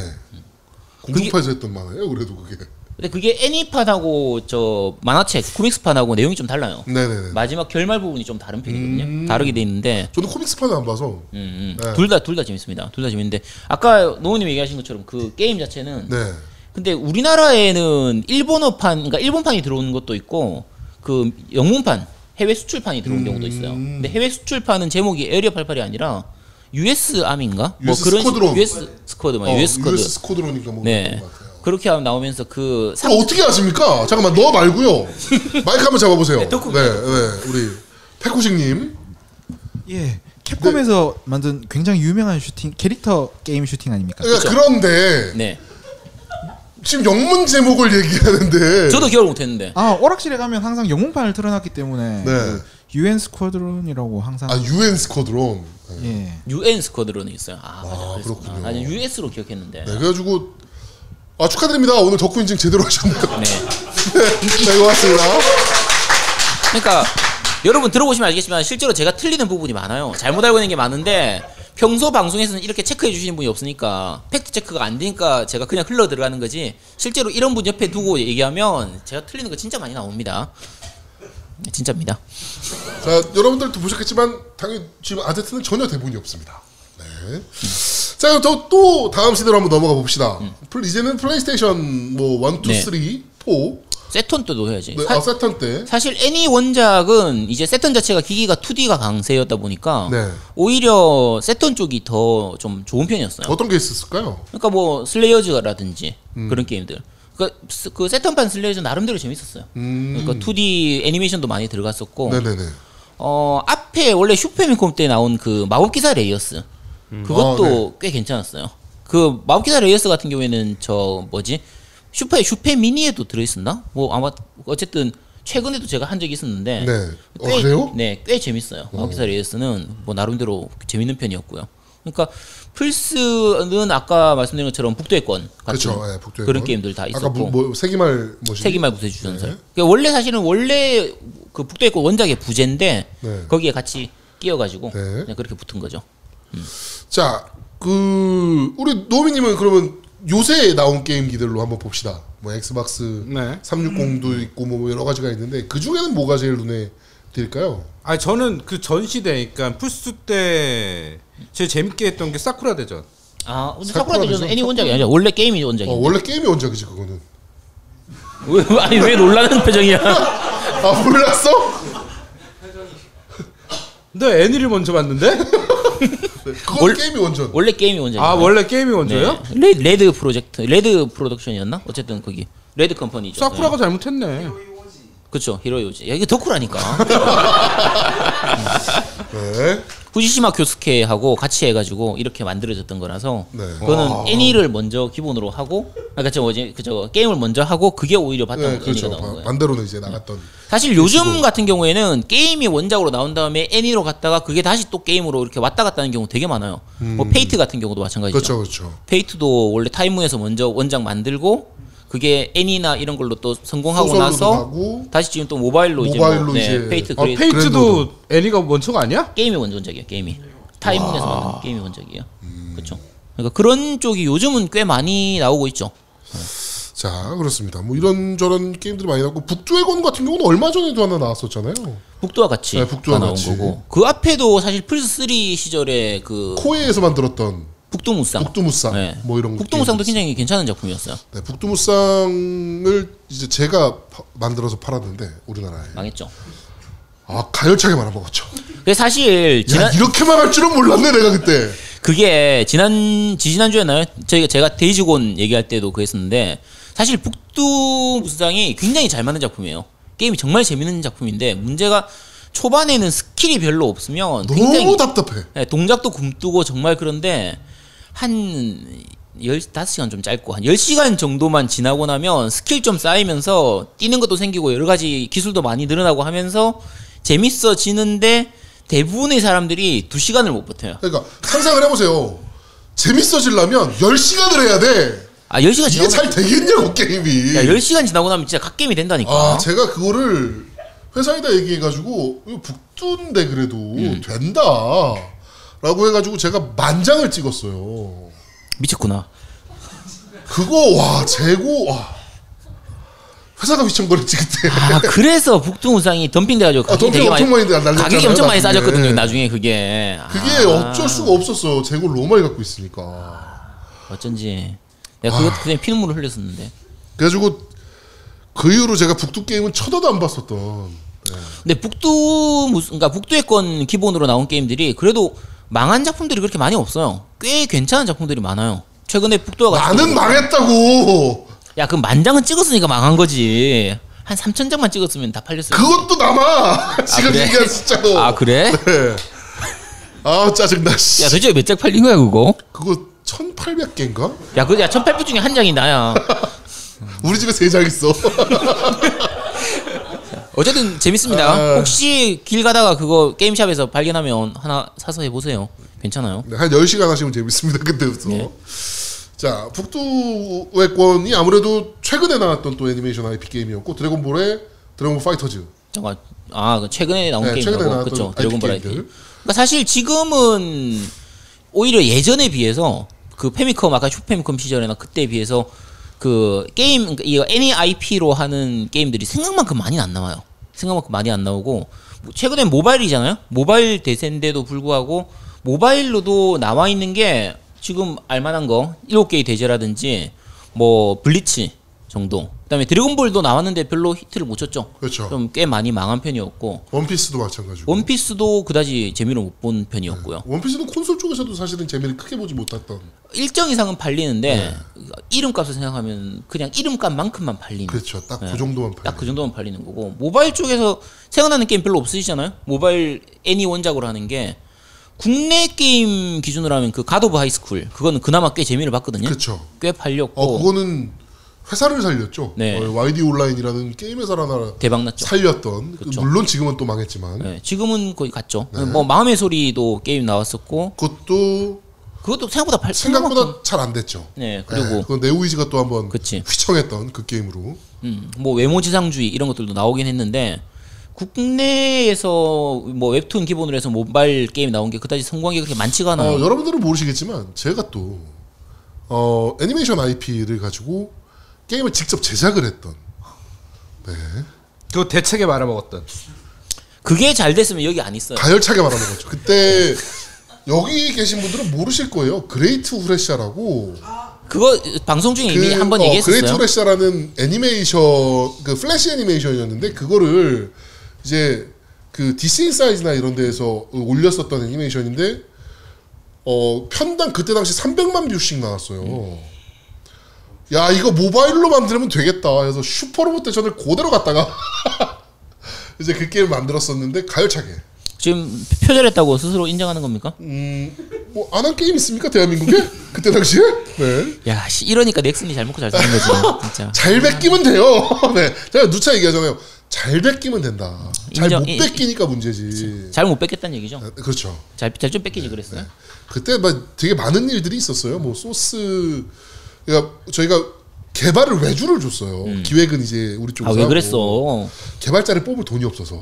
Speaker 3: 공중파에서 했던 만화예요. 그래도 그게.
Speaker 5: 근데 그게 애니판하고 저 만화책 코믹스판하고 내용이 좀 달라요.
Speaker 3: 음. 네네네.
Speaker 5: 마지막 결말 부분이 좀 다른 편이거든요. 다르게 돼 있는데
Speaker 3: 저는 코믹스판을 안 봐서. 네.
Speaker 5: 음, 둘 다 둘 다 재밌습니다. 둘 다 재밌는데 아까 노우님 얘기하신 것처럼 그 게임 자체는
Speaker 3: 네.
Speaker 5: 근데 우리나라에는 일본어판 그러니까 일본판이 들어오는 것도 있고 그 영문판 해외 수출판이
Speaker 3: 음.
Speaker 5: 들어온 경우도 있어요. 근데 해외 수출판은 제목이 에어리어 88이 아니라 US 아미인가? 뭐
Speaker 3: US 스쿼드론.
Speaker 5: US 스쿼드 막
Speaker 3: 어,
Speaker 5: US 스쿼드.
Speaker 3: US 코드로니까 뭐
Speaker 5: 네.
Speaker 3: 그런 것 같아요.
Speaker 5: 그렇게 하면 나오면서 그
Speaker 3: 그럼 어떻게 아십니까? 잠깐만 너 말고요. 마이크 한번 잡아보세요. 네,
Speaker 5: 덕후.
Speaker 3: 네, 우리 패코식님.
Speaker 10: 예. 캡콤에서 만든 굉장히 유명한 슈팅 캐릭터 게임 슈팅 아닙니까?
Speaker 3: 그런데
Speaker 5: 네.
Speaker 3: 지금 영문 제목을 얘기하는데
Speaker 5: 저도 기억을 못 했는데.
Speaker 10: 아 오락실에 가면 항상 영문판을 틀어놨기 때문에
Speaker 3: 네.
Speaker 10: UN 스쿼드론이라고 항상
Speaker 3: 아 UN 스쿼드론. 네.
Speaker 10: 예.
Speaker 5: UN 스쿼드론이 있어요. 아, 맞아. 그렇군요.
Speaker 3: 그렇군요.
Speaker 5: 아, US로 기억했는데.
Speaker 3: 네, 그래가지고 아 축하드립니다. 오늘 덕후 인증 제대로 하셨네요.
Speaker 5: 네.
Speaker 3: 네, 고맙습니다.
Speaker 5: 그러니까 여러분 들어보시면 알겠지만 실제로 제가 틀리는 부분이 많아요. 잘못 알고 있는 게 많은데 평소 방송에서는 이렇게 체크해 주시는 분이 없으니까 팩트 체크가 안 되니까 제가 그냥 흘러 들어가는 거지. 실제로 이런 분 옆에 두고 얘기하면 제가 틀리는 거 진짜 많이 나옵니다. 네, 진짜입니다.
Speaker 3: 자, 여러분들도 보셨겠지만 당연히 지금 아제트는 전혀 대본이 없습니다. 네. 자, 그럼 또, 또 다음 시대로 한번 넘어가 봅시다. 플- 이제는 플레이스테이션 뭐 1, 2,
Speaker 5: 음. 네.
Speaker 3: 3, 4.
Speaker 5: 세톤 또 넣어야지.
Speaker 3: 네,
Speaker 5: 사-
Speaker 3: 아, 세턴 때.
Speaker 5: 사실 애니 원작은 이제 세턴 자체가 기기가 2D가 강세였다 보니까
Speaker 3: 네.
Speaker 5: 오히려 세턴 쪽이 더 좀 좋은 편이었어요.
Speaker 3: 어떤 게 있었을까요?
Speaker 5: 그러니까 뭐 슬레이어즈라든지
Speaker 3: 음.
Speaker 5: 그런 게임들. 그러니까 스- 그 세턴판 슬레이어즈 나름대로 재밌었어요. 그러니까 2D 애니메이션도 많이 들어갔었고
Speaker 3: 음. 네네네.
Speaker 5: 어 앞에 원래 슈퍼미콤 때 나온 그 마법기사 레이어스
Speaker 3: 음.
Speaker 5: 그것도
Speaker 3: 아, 네.
Speaker 5: 꽤 괜찮았어요. 그 마법기사 레이어스 같은 경우에는 저 뭐지 슈퍼 슈페 미니에도 들어있었나? 뭐 아마 어쨌든 최근에도 제가 한 적이 있었는데
Speaker 3: 네. 어, 그래요?
Speaker 5: 네, 꽤 재밌어요. 마법기사 레이어스는 뭐 나름대로 재밌는 편이었고요. 그러니까 플스는 아까 말씀드린 것처럼 북도의 권 같은
Speaker 3: 그렇죠. 예, 북도의
Speaker 5: 그런
Speaker 3: 권.
Speaker 5: 게임들 다 있었고
Speaker 3: 아까 뭐, 뭐 세기말 뭐지? 네.
Speaker 5: 세기말 부세 주전설. 그러니까 원래 사실은 원래 그 북도의 권 원작의 부제인데
Speaker 3: 네.
Speaker 5: 거기에 같이 끼어가지고
Speaker 3: 네.
Speaker 5: 그냥 그렇게 붙은 거죠.
Speaker 3: 자, 그 우리 노미님은 그러면 요새 나온 게임기들로 한번 봅시다. 뭐 엑스박스
Speaker 4: 네.
Speaker 3: 360도 있고 뭐 여러 가지가 있는데 그 중에는 뭐가 제일 눈에 띌까요? 어,
Speaker 4: 아 저는 그 전 시대, 그러니까 플스 때 제일 재밌게 했던 게 사쿠라 대전.
Speaker 5: 아 근데
Speaker 3: 사쿠라
Speaker 5: 사쿠라 대전은
Speaker 3: 대전,
Speaker 5: 애니
Speaker 3: 사쿠라.
Speaker 5: 원작이 아니라 원래 게임이
Speaker 3: 어,
Speaker 5: 원작이에요.
Speaker 3: 원래 게임이 원작이지 그거는.
Speaker 5: 왜, 아니 왜 놀라는 표정이야?
Speaker 3: 아 몰랐어?
Speaker 4: 근데 애니를 먼저 봤는데?
Speaker 3: 그건
Speaker 5: 원-
Speaker 3: 게임이 원전.
Speaker 5: 원래 게임이 원작이에요.
Speaker 4: 아 원래 게임이
Speaker 5: 네.
Speaker 4: 먼저요?
Speaker 5: 레, 레드 프로젝트, 레드 프로덕션이었나? 어쨌든 거기 레드 컴퍼니죠.
Speaker 4: 사쿠라가 잘못했네.
Speaker 5: 그렇죠. 히로요지. 야, 이게 덕후라니까.
Speaker 3: 네.
Speaker 5: 후지시마 교스케하고 같이 해가지고 이렇게 만들어졌던 거라서
Speaker 3: 네.
Speaker 5: 그거는 애니를 먼저 기본으로 하고 아까 저 뭐지 그저 게임을 먼저 하고 그게 오히려
Speaker 3: 네,
Speaker 5: 바탕으로
Speaker 3: 그렇죠.
Speaker 5: 애니가 나온
Speaker 3: 바-
Speaker 5: 거예요. 네.
Speaker 3: 반대로는 이제 나갔던.
Speaker 5: 사실 요즘 같은 경우에는 게임이 원작으로 나온 다음에 애니로 갔다가 그게 다시 또 게임으로 이렇게 왔다 갔다 하는 경우 되게 많아요. 뭐 페이트 같은 경우도 마찬가지죠.
Speaker 3: 음. 그렇죠, 그렇죠.
Speaker 5: 페이트도 원래 타임문에서 먼저 원작 만들고 그게 애니나 이런 걸로 또 성공하고
Speaker 3: 소설로도
Speaker 5: 나서
Speaker 3: 하고.
Speaker 5: 다시 지금 또 모바일로,
Speaker 3: 모바일로
Speaker 5: 이제, 뭐,
Speaker 3: 이제-
Speaker 5: 네, 페이트
Speaker 4: 아
Speaker 5: 그레이
Speaker 3: 그랜도도.
Speaker 4: 페이트도 애니가 먼저가 아니야?
Speaker 5: 게임이 원전작이에요. 게임이 타임문에서 만든 게임이 원작이에요.
Speaker 3: 음.
Speaker 5: 그렇죠. 그러니까 그런 쪽이 요즘은 꽤 많이 나오고 있죠.
Speaker 3: 자, 그렇습니다. 뭐 이런저런 게임들이 많이 나왔고 북두의 권 같은 경우는 얼마 전에도 하나 나왔었잖아요.
Speaker 5: 북도와 같이
Speaker 3: 네, 북도와
Speaker 5: 다 나온
Speaker 3: 같이.
Speaker 5: 거고 그 앞에도 사실 플스 3 시절에 그
Speaker 3: 코에에서 만들었던
Speaker 5: 북도무쌍 네.
Speaker 3: 북두무쌍 뭐 이런
Speaker 5: 북도무쌍도
Speaker 3: 게임이
Speaker 5: 굉장히 괜찮은 작품이었어요.
Speaker 3: 네, 북두무쌍을 이제 제가 파- 만들어서 팔았는데 우리나라에
Speaker 5: 망했죠.
Speaker 3: 아 가열차게 말아먹었죠.
Speaker 5: 그 사실
Speaker 3: 야
Speaker 5: 지난
Speaker 3: 이렇게 말할 줄은 몰랐네 내가 그때.
Speaker 5: 그게 지난 지지난 주였나요? 저희가 제가 데이지곤 얘기할 때도 그랬었는데 사실 북두무쌍이 굉장히 잘 맞는 작품이에요. 게임이 정말 재밌는 작품인데 문제가 초반에는 스킬이 별로 없으면 굉장히
Speaker 3: 너무 답답해.
Speaker 5: 네, 동작도 굼뜨고 정말 그런데 한 15시간 좀 짧고 한 10시간 정도만 지나고 나면 스킬 좀 쌓이면서 뛰는 것도 생기고 여러 가지 기술도 많이 늘어나고 하면서 재밌어지는데 대부분의 사람들이 2시간을 못 버텨요.
Speaker 3: 그러니까 상상을 해보세요. 재밌어지려면 10시간을 해야 돼.
Speaker 5: 아, 10시간
Speaker 3: 이게
Speaker 5: 지나고
Speaker 3: 잘 되겠냐고 게임이.
Speaker 5: 야, 10시간 지나고 나면 진짜 갓게임이 된다니까.
Speaker 3: 아 제가 그거를 회사에다 얘기해가지고 이거 북두인데 그래도
Speaker 5: 음.
Speaker 3: 된다라고 해가지고 제가 만장을 찍었어요.
Speaker 5: 미쳤구나.
Speaker 3: 그거 와 재고 와 회사가 미친거랬지 그때.
Speaker 5: 아, 그래서 북두무상이 덤핑돼가지고
Speaker 3: 아,
Speaker 5: 가격이
Speaker 3: 덤핑
Speaker 5: 되게
Speaker 3: 엄청
Speaker 5: 많이,
Speaker 3: 많이 날- 날렸잖아요,
Speaker 5: 가격이 엄청 많이
Speaker 3: 나중에. 예.
Speaker 5: 싸졌거든요, 나중에 그게. 아,
Speaker 3: 그게 어쩔 수가 없었어. 재고를 너무 많이 갖고 있으니까.
Speaker 5: 어쩐지. 내가
Speaker 3: 아.
Speaker 5: 그것 때문에 피눈물을 흘렸었는데.
Speaker 3: 그래가지고 그 이후로 제가 북두 게임은 쳐다도 안 봤었던.
Speaker 5: 근데 북두 무슨 그러니까 북두의 건 기본으로 나온 게임들이 그래도 망한 작품들이 그렇게 많이 없어요. 꽤 괜찮은 작품들이 많아요. 최근에 북두와 같은
Speaker 3: 나는
Speaker 5: 경우도-
Speaker 3: 망했다고.
Speaker 5: 야, 그 만장은 찍었으니까 망한 거지. 한 3천 장만 찍었으면 다 팔렸을 텐데.
Speaker 3: 그것도 남아. 지금
Speaker 5: 그래?
Speaker 3: 얘기한 숫자로.
Speaker 5: 아, 그래?
Speaker 3: 네. 아 짜증나. 씨.
Speaker 5: 야, 도대체 몇장 팔린 거야, 그거?
Speaker 3: 그거 1,800개인가?
Speaker 5: 야, 그 야, 1800 중에 한 장이 나야.
Speaker 3: 우리 집에 세 장 있어.
Speaker 5: 어쨌든 재밌습니다.
Speaker 3: 아.
Speaker 5: 혹시 길 가다가 그거 게임샵에서 발견하면 하나 사서 해보세요. 괜찮아요.
Speaker 3: 네, 한 10시간 하시면 재밌습니다. 그때부터.
Speaker 5: 네.
Speaker 3: 자, 북두의 권이 아무래도 최근에 나왔던 또 애니메이션 IP 게임이었고 드래곤볼의 드래곤볼 파이터즈.
Speaker 5: 잠깐 아그 최근에 나온
Speaker 3: 네, 최근에
Speaker 5: 게임이라고
Speaker 3: 나왔던
Speaker 5: 그렇죠.
Speaker 3: IP
Speaker 5: 드래곤볼 IP.
Speaker 3: 게임들.
Speaker 5: 그러니까 사실 지금은 오히려 예전에 비해서 그 페미컴 아까 슈페미컴 시절이나 그때에 비해서 그 게임 그러니까 이 애니 IP로 하는 게임들이 생각만큼 많이 안 나와요. 생각만큼 많이 안 나오고 뭐 최근에 모바일이잖아요. 모바일 대세인데도 불구하고 모바일로도 나와 있는 게 지금 알만한 거 일곱 개의 대제라든지 뭐 블리치 정도. 그다음에 드래곤볼도 나왔는데 별로 히트를 못 쳤죠.
Speaker 3: 그렇죠.
Speaker 5: 좀 꽤 많이 망한 편이었고
Speaker 3: 원피스도 마찬가지고.
Speaker 5: 원피스도 그다지 재미로 못 본 편이었고요.
Speaker 3: 원피스는 콘솔 쪽에서도 사실은 재미를 크게 보지 못했던.
Speaker 5: 일정 이상은 팔리는데 이름값을 생각하면 그냥 이름값만큼만 팔리는
Speaker 3: 그렇죠. 딱 그 정도만 팔.
Speaker 5: 딱 그 정도만 팔리는 거고 모바일 쪽에서 생각나는 게임 별로 없으시잖아요. 모바일 애니 원작으로 하는 게 국내 게임 기준으로 하면 그 가도브 하이스쿨 그거는 그나마 꽤 재미를 봤거든요.
Speaker 3: 그렇죠.
Speaker 5: 꽤 팔렸고
Speaker 3: 어, 그거는 회사를 살렸죠.
Speaker 5: 네.
Speaker 3: 어, YD 온라인이라는 게임 회사를 하나
Speaker 5: 대박 났죠.
Speaker 3: 살렸던. 그
Speaker 5: 그렇죠.
Speaker 3: 물론 지금은 또 망했지만.
Speaker 5: 네, 지금은 거의 갔죠.
Speaker 3: 네.
Speaker 5: 뭐 마음의 소리도 게임 나왔었고
Speaker 3: 그것도
Speaker 5: 그것도 네, 생각보다 팔
Speaker 3: 생각보다 잘 안 됐죠.
Speaker 5: 네
Speaker 3: 네,
Speaker 5: 그리고
Speaker 3: 그건 네오이즈가 또 한번
Speaker 5: 그치.
Speaker 3: 휘청했던 그 게임으로.
Speaker 5: 음, 뭐 외모지상주의 이런 것들도 나오긴 했는데 국내에서 뭐 웹툰 기본으로 해서 모바일 게임 나온 게 그다지 성공한 게 그렇게 많지가 않아요.
Speaker 3: 어, 여러분들은 모르시겠지만 제가 또 어, 애니메이션 IP를 가지고 게임을 직접 제작을 했던
Speaker 4: 그거 대책에 말아먹었던.
Speaker 5: 그게 잘 됐으면 여기 안 있어요.
Speaker 3: 가열차게 말하는 거죠. 그때 여기 계신 분들은 모르실 거예요. 그레이트 후레시아라고
Speaker 5: 그거 방송 중에 이미 한 번
Speaker 3: 어,
Speaker 5: 얘기했었어요.
Speaker 3: 그레이트 후레시아라는 애니메이션 그 플래시 애니메이션이었는데 그거를 이제 그 DC 인사이즈나 이런 데에서 올렸었던 애니메이션인데 어 편당 그때 당시 300만 뷰씩 나왔어요. 야 이거 모바일로 만들면 되겠다 해서 슈퍼로봇 대전을 그대로 갔다가 이제 그 게임 을 만들었었는데 가열차게
Speaker 5: 지금 표절했다고 스스로 인정하는 겁니까?
Speaker 3: 뭐 안 한 게임 있습니까 대한민국에 그때 당시에 네.
Speaker 5: 야, 씨, 이러니까 넥슨이 잘 먹고 잘 사는 거지, 진짜.
Speaker 3: 잘 베끼면 돼요. 네. 제가 누차 얘기하잖아요. 잘 베끼면 된다. 잘
Speaker 5: 인정,
Speaker 3: 못
Speaker 5: 이-
Speaker 3: 베끼니까 문제지.
Speaker 5: 잘 못 뺏겠다는 얘기죠.
Speaker 3: 아, 그렇죠.
Speaker 5: 잘 좀 뺏기지 그랬어요. 아,
Speaker 3: 그때 막 되게 많은 일들이 있었어요. 뭐 소스 그러니까 저희가 개발을 외주를 줬어요. 기획은 이제 우리 쪽에서
Speaker 5: 음. 아 왜
Speaker 3: 하고.
Speaker 5: 그랬어? 음.
Speaker 3: 개발자를 뽑을 돈이 없어서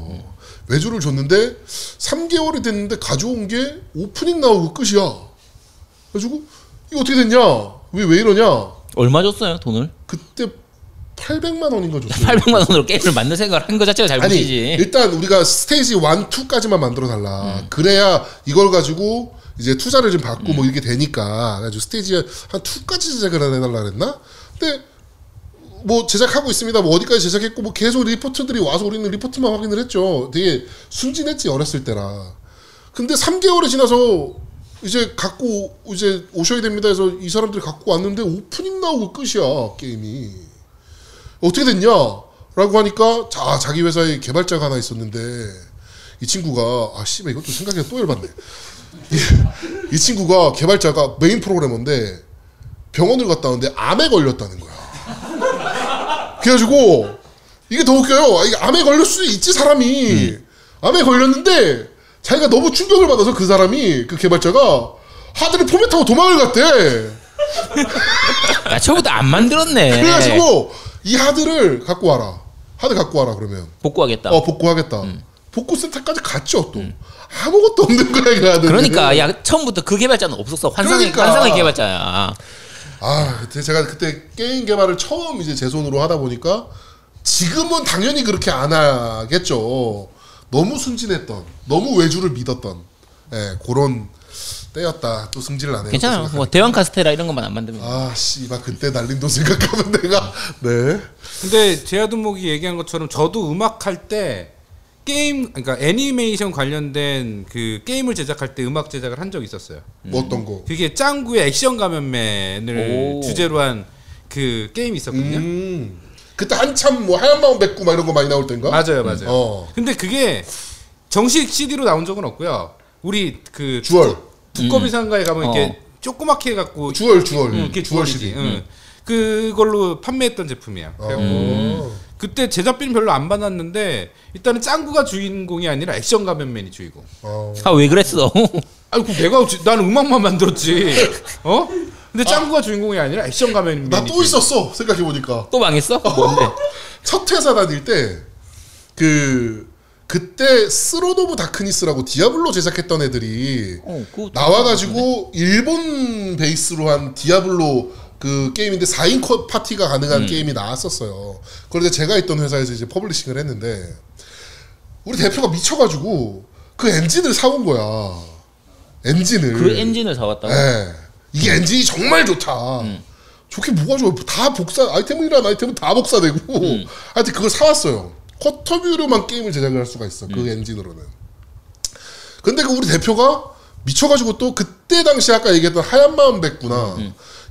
Speaker 3: 외주를 줬는데 3개월이 됐는데 가져온 게 오프닝 나오고 끝이야. 그래가지고 이거 어떻게 됐냐? 왜 왜 이러냐?
Speaker 5: 얼마 줬어요 돈을?
Speaker 3: 그때 800만 원인가 줬어요.
Speaker 5: 800만 원으로 게임을 만든 생각을 한 거 자체가
Speaker 3: 아니
Speaker 5: 잘못이지.
Speaker 3: 일단 우리가 스테이지 1, 2까지만 만들어 달라.
Speaker 5: 음.
Speaker 3: 그래야 이걸 가지고 이제 투자를 좀 받고 뭐 이렇게 되니까 그래가지고 스테이지 한 2까지 제작을 해달라 그랬나? 근데 뭐 제작하고 있습니다. 뭐 어디까지 제작했고 뭐 계속 리포트들이 와서 우리는 리포트만 확인을 했죠. 되게 순진했지 어렸을 때라. 근데 3개월이 지나서 이제 갖고 이제 오셔야 됩니다 해서 이 사람들이 갖고 왔는데 오프닝 나오고 끝이야 게임이. 어떻게 됐냐? 라고 하니까 자, 자기 회사에 개발자가 하나 있었는데 이 친구가 아 씨발 이것도 생각이 또 열받네. 이, 이 친구가 개발자가 메인 프로그래머인데 병원을 갔다 왔는데 암에 걸렸다는 거야. 그래가지고 이게 더 웃겨요. 아, 이게 암에 걸릴 수 있지 사람이 암에 걸렸는데 자기가 너무 충격을 받아서 그 사람이 그 개발자가 하드를 포맷하고 도망을 갔대.
Speaker 5: 야, 처음부터 안 만들었네.
Speaker 3: 그래가지고 이 하드를 갖고 와라. 하드 갖고 와라 그러면.
Speaker 5: 복구하겠다.
Speaker 3: 어 복구하겠다. 복구 센터까지 갔죠 또. 아무것도 없는 거야 그 아들.
Speaker 5: 그러니까 야 처음부터 그 개발자는 없었어. 환상의
Speaker 3: 그러니까.
Speaker 5: 환상의 개발자야.
Speaker 3: 아 그때 제가 그때 게임 개발을 처음 이제 제 손으로 하다 보니까 지금은 당연히 그렇게 안 하겠죠. 너무 순진했던, 너무 외주를 믿었던, 예 그런 때였다. 또 승질 나네요.
Speaker 5: 괜찮아요. 뭐 대왕 카스테라 이런 것만 안 만들면.
Speaker 3: 아 씨발 그때 날린 돈 생각하면 내가 네.
Speaker 4: 근데 제아둔목이 얘기한 것처럼 저도 음악 할 때 게임 그러니까 애니메이션 관련된 그 게임을 제작할 때 음악 제작을 한 적이 있었어요.
Speaker 3: 뭐 어떤 거?
Speaker 4: 그게 짱구의 액션 가면맨을
Speaker 5: 오.
Speaker 4: 주제로 한 그 게임이 있었거든요.
Speaker 3: 음. 그때 한참 뭐 하얀 마음 뱉고 막 이런 거 많이 나올 때인가?
Speaker 4: 맞아요, 맞아요.
Speaker 3: 어.
Speaker 4: 근데 그게 정식 CD로 나온 적은 없고요. 우리 그
Speaker 3: 주얼. 음.
Speaker 4: 두꺼비 상가에 가면 이렇게
Speaker 5: 어.
Speaker 4: 조그맣게 해갖고
Speaker 3: 어, 주얼 주얼
Speaker 4: 응, 그게
Speaker 3: 주얼 음.
Speaker 4: 주얼이지.
Speaker 3: 시리.
Speaker 4: 응. 그걸로 판매했던 제품이야. 그래갖고
Speaker 3: 어.
Speaker 4: 그 그때 제작비는 별로 안 받았는데 일단은 짱구가 주인공이 아니라 액션 가면맨이 주인공.
Speaker 5: 아 왜 그랬어?
Speaker 4: 아니 그 내가 지- 나는 음악만 만들었지. 어? 근데 짱구가 주인공이 아니라 액션 가면맨이.
Speaker 3: 나 또 있었어 생각해 보니까
Speaker 5: 또 망했어? 뭔데?
Speaker 3: 첫 회사 다닐 때 그 그때 스로노브 다크니스라고 디아블로 제작했던 애들이
Speaker 5: 어, 그거
Speaker 3: 나와가지고 일본 베이스로 한 디아블로 그 게임인데 4인 컷 파티가 가능한 게임이 나왔었어요. 그런데 제가 있던 회사에서 이제 퍼블리싱을 했는데 우리 대표가 미쳐가지고 그 엔진을 사온 거야. 엔진을.
Speaker 5: 그 엔진을 사왔다고?
Speaker 3: 예. 이게 엔진이 정말 좋다. 좋게 뭐가 좋아? 다 복사 아이템이란 아이템은 다 복사되고 하여튼 그걸 사왔어요. 쿼터뷰로만 게임을 제작을 할 수가 있어. 그 엔진으로는. 근데 그 우리 대표가 미쳐가지고 또 그때 당시 아까 얘기했던 하얀 마음 백구나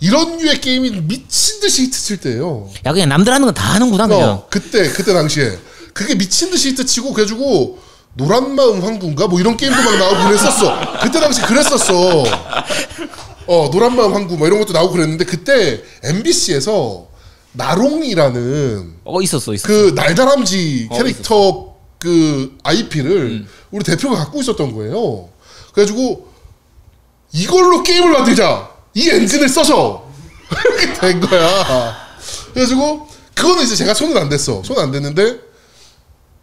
Speaker 3: 이런 류의 게임이 미친 듯이 히트 칠 때예요.
Speaker 5: 야 그냥 남들 하는 건 다 하는구나 그냥.
Speaker 3: 어, 그때 그때 당시에 그게 미친 듯이 히트 치고 그래가지고 노란 마음 황군가 뭐 이런 게임도 막 나오고 그랬었어. 그때 당시 그랬었어. 어 노란 마음 황구 막 이런 것도 나오고 그랬는데 그때 MBC에서 나롱이라는
Speaker 5: 어 있었어 있었어.
Speaker 3: 그 날다람쥐
Speaker 5: 어,
Speaker 3: 캐릭터 그 IP를
Speaker 5: 음.
Speaker 3: 우리 대표가 갖고 있었던 거예요. 그래가지고 이걸로 게임을 만들자 이 엔진을 써서 이렇게 된 거야. 그래가지고 그거는 이제 제가 손은 안 댔어. 손은 안 댔는데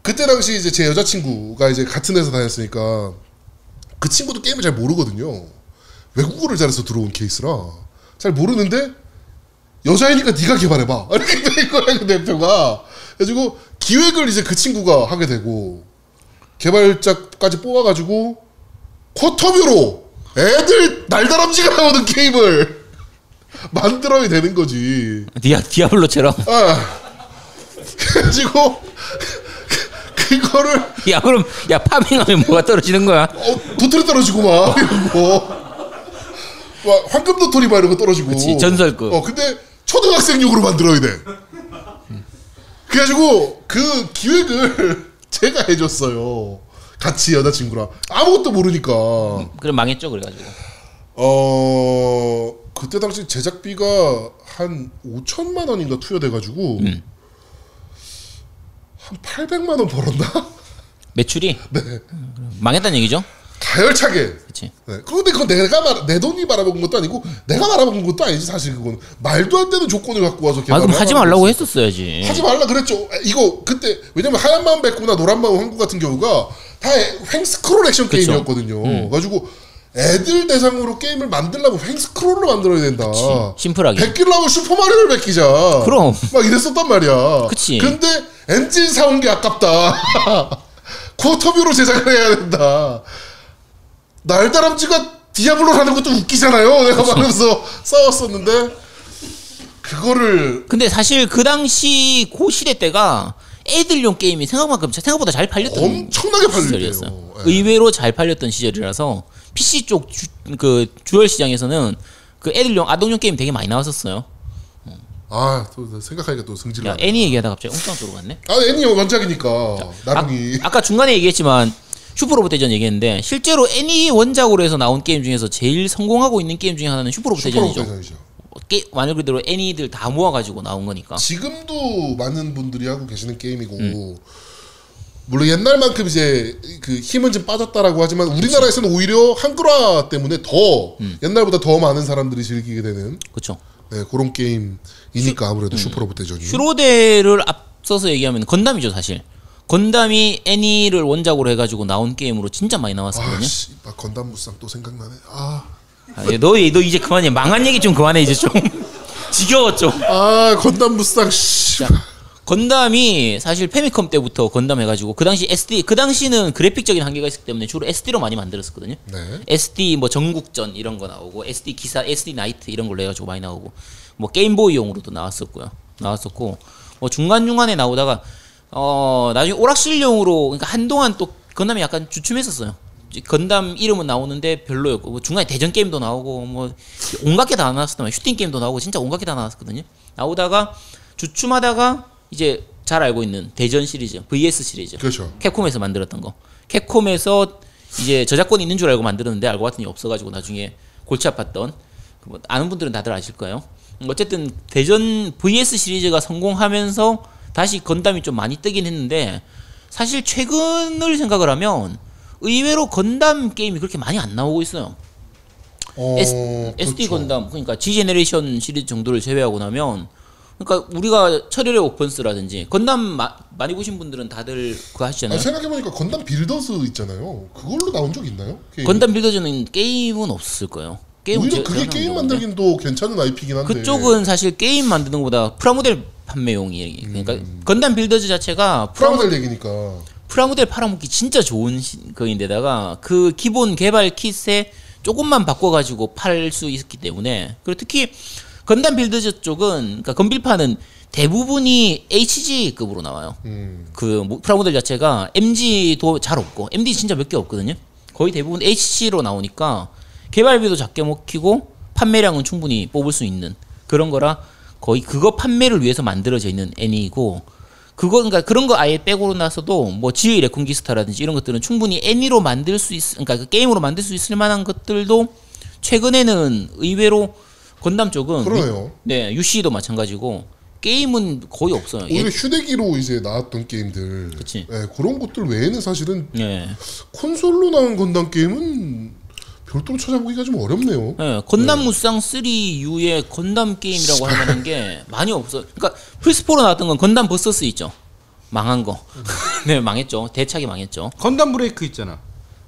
Speaker 3: 그때 당시 이제 제 여자친구가 이제 같은 회사 다녔으니까 그 친구도 게임을 잘 모르거든요. 외국어를 잘해서 들어온 케이스라 잘 모르는데 여자이니까 네가 개발해봐 이렇게 된 거야 그 대표가 그래가지고 기획을 이제 그 친구가 하게 되고 개발자까지 뽑아가지고 쿼터뷰로 애들 날다람쥐가 나오는 게임을 만들어야 되는 거지
Speaker 5: 디아 디아블로처럼.
Speaker 3: 아 그래가지고 그거를
Speaker 5: 야 그럼 야 파밍하면 뭐가 떨어지는 거야?
Speaker 3: 어, 도토리 떨어지고 막 이러고 막 황금 도토리 막 이런 거 떨어지고
Speaker 5: 그치, 전설급.
Speaker 3: 어 근데 초등학생용으로 만들어야 돼 그래가지고 그 기획을 제가 해줬어요 같이 여자친구랑 아무것도 모르니까
Speaker 5: 그럼 망했죠 그래가지고.
Speaker 3: 어 그때 당시 제작비가 한 5천만 원인가 투여돼가지고
Speaker 5: 음.
Speaker 3: 한 800만 원 벌었나 네.
Speaker 5: 매출이 망했다는 얘기죠?
Speaker 3: 가열차게
Speaker 5: 그렇지.
Speaker 3: 네. 그런데 그건 내가 말, 내 돈이 말아본 것도 아니고 내가 말아본 것도 아니지 사실 그건 말도 안 되는 조건을 갖고 와서
Speaker 5: 아 그럼
Speaker 3: 개발을
Speaker 5: 하지
Speaker 3: 하라는
Speaker 5: 말라고
Speaker 3: 거지.
Speaker 5: 했었어야지.
Speaker 3: 하지 말라 그랬죠 아, 이거 그때 왜냐면 하얀 마음 백구나 노란 마음 황구 같은 경우가 다 횡스크롤 액션
Speaker 5: 그쵸. 음.
Speaker 3: 게임이었거든요 가지고 애들 대상으로 게임을 만들려면 횡스크롤로 만들어야 된다
Speaker 5: 심플하게.
Speaker 3: 베끼려면 슈퍼마리오를 베끼자
Speaker 5: 그럼.
Speaker 3: 막 이랬었단 말이야
Speaker 5: 그치.
Speaker 3: 근데 엔진 사온 게 아깝다 쿼터뷰로 제작을 해야 된다 날다람쥐가 디아블로라는 것도 웃기잖아요. 내가 말하면서 싸웠었는데 그거를
Speaker 5: 근데 사실 그 당시 고 시대 때가 애들용 게임이 생각만큼 생각보다 잘 팔렸던
Speaker 3: 엄청나게 팔릴 때예요.
Speaker 5: 시절이었어요.
Speaker 3: 예.
Speaker 5: 의외로 잘 팔렸던 시절이라서 PC 쪽 그 주얼 시장에서는 그 애들용 아동용 게임 되게 많이 나왔었어요.
Speaker 3: 아또 생각하니까 또 성질
Speaker 5: 야
Speaker 3: 나.
Speaker 5: 애니 얘기하다 갑자기 엉뚱한 쪽으로 갔네.
Speaker 3: 아 애니 원작이니까 나름이
Speaker 5: 아, 까 중간에 얘기했지만 슈퍼로봇 대전 얘기했는데 실제로 애니 원작으로 해서 나온 게임 중에서 제일 성공하고 있는 게임 중에 하나는 슈퍼로봇
Speaker 3: 슈퍼로봇
Speaker 5: 대전이죠.
Speaker 3: 대전이죠.
Speaker 5: 게, 말 그대로 애니들 다 모아가지고 나온 거니까.
Speaker 3: 지금도 많은 분들이 하고 계시는 게임이고 물론 옛날만큼 이제 그 힘은 좀 빠졌다라고 하지만 우리나라에서는 오히려 한글화 때문에 더
Speaker 5: 음.
Speaker 3: 옛날보다 더 많은 사람들이 즐기게 되는
Speaker 5: 그렇죠.
Speaker 3: 네, 그런 게임이니까 아무래도 슈퍼로봇 대전이
Speaker 5: 음. 슈로데를 앞서서 얘기하면 건담이죠 사실. 건담이 애니를 원작으로 해가지고 나온 게임으로 진짜 많이 나왔었거든요.
Speaker 3: 아씨 건담 무쌍 또 생각나네 아,
Speaker 5: 아, 너, 너 이제 그만해. 망한 얘기 좀 그만해 이제 좀. 지겨워 좀.
Speaker 3: 아 건담 무쌍 씨
Speaker 5: 건담이 사실 페미컴 때부터 건담 해가지고 그 당시 SD 그 당시는 그래픽적인 한계가 있었기 때문에 주로 SD로 많이 만들었었거든요.
Speaker 3: 네.
Speaker 5: SD 뭐 전국전 이런 거 나오고 SD 기사 SD 나이트 이런 걸로 해가지고 많이 나오고 뭐 게임보이용으로도 나왔었고요. 나왔었고 뭐 중간 중간에 나오다가 어 나중에 오락실용으로 그러니까 한동안 또 건담이 약간 주춤했었어요. 이제 건담 이름은 나오는데 별로였고 뭐 중간에 대전 게임도 나오고 뭐 온갖 게 다 나왔었단 말이에요. 슈팅 게임도 나오고 진짜 온갖 게 다 나왔었거든요. 나오다가 주춤하다가 이제 잘 알고 있는 대전 시리즈, VS 시리즈.
Speaker 3: 그렇죠.
Speaker 5: 캡콤에서 만들었던 거. 캡콤에서 이제 저작권이 있는 줄 알고 만들었는데 알고 봤더니 없어가지고 나중에 골치 아팠던 그뭐 아는 분들은 다들 아실 거예요. 어쨌든 대전 VS 시리즈가 성공하면서 다시 건담이 좀 많이 뜨긴 했는데 사실 최근을 생각을 하면 의외로 건담 게임이 그렇게 많이 안 나오고 있어요.
Speaker 3: 어,
Speaker 5: S, SD 건담 그러니까 G 제네레이션 시리즈 정도를 제외하고 나면 그러니까 우리가 철혈의 오펀스라든지 건담 마- 많이 보신 분들은 다들 그거
Speaker 3: 아니,
Speaker 5: 하시잖아요.
Speaker 3: 생각해보니까 건담 빌더스 있잖아요. 그걸로 나온 적 있나요? 게임?
Speaker 5: 건담 빌더즈는 게임은 없을 거예요. 게임은
Speaker 3: 예. 오히려
Speaker 5: 제-
Speaker 3: 그게
Speaker 5: 제가
Speaker 3: 게임
Speaker 5: 하는 건데.
Speaker 3: 만들긴 또 괜찮은 IP긴 한데
Speaker 5: 그쪽은 사실 게임 만드는 것보다 프라모델 판매용이 그러니까
Speaker 3: 음.
Speaker 5: 건담 빌더즈 자체가 프라모,
Speaker 3: 프라모델 얘기니까
Speaker 5: 프라모델 팔아먹기 진짜 좋은 시- 거인데다가 그 기본 개발 킷에 조금만 바꿔가지고 팔 수 있기 때문에 그리고 특히 건담 빌더즈 쪽은 그러니까 건빌파는 대부분이 HG급으로 나와요.
Speaker 3: 음.
Speaker 5: 그 모- 프라모델 자체가 MG도 잘 없고 MD 진짜 몇 개 없거든요. 거의 대부분 HC로 나오니까 개발비도 작게 먹히고 판매량은 충분히 뽑을 수 있는 그런 거라 거의 그거 판매를 위해서 만들어져 있는 애니이고 그거 그러니까 그런 거 아예 빼고 나서도 뭐 지의 레콘기스타라든지 이런 것들은 충분히 애니로 만들 수 있, 그러니까 그 게임으로 만들 수 있을 만한 것들도 최근에는 의외로 건담 쪽은
Speaker 3: 그러네요.
Speaker 5: 유- 네 UC도 마찬가지고 게임은 거의 없어요. 예-
Speaker 3: 오히려 휴대기로 이제 나왔던 게임들
Speaker 5: 그치.
Speaker 3: 예, 그런 것들 외에는 사실은
Speaker 5: 예.
Speaker 3: 콘솔로 나온 건담 게임은 별도로 찾아보기가 좀 어렵네요.
Speaker 5: 예, 건담 무쌍 3 이후에 건담 게임이라고 할 만한 게 많이 없어요. 그러니까 플스4로 나왔던 건 건담 버서스 있죠. 망한 거.
Speaker 3: 음.
Speaker 5: 네, 망했죠. 대차게 망했죠.
Speaker 4: 건담 브레이크 있잖아.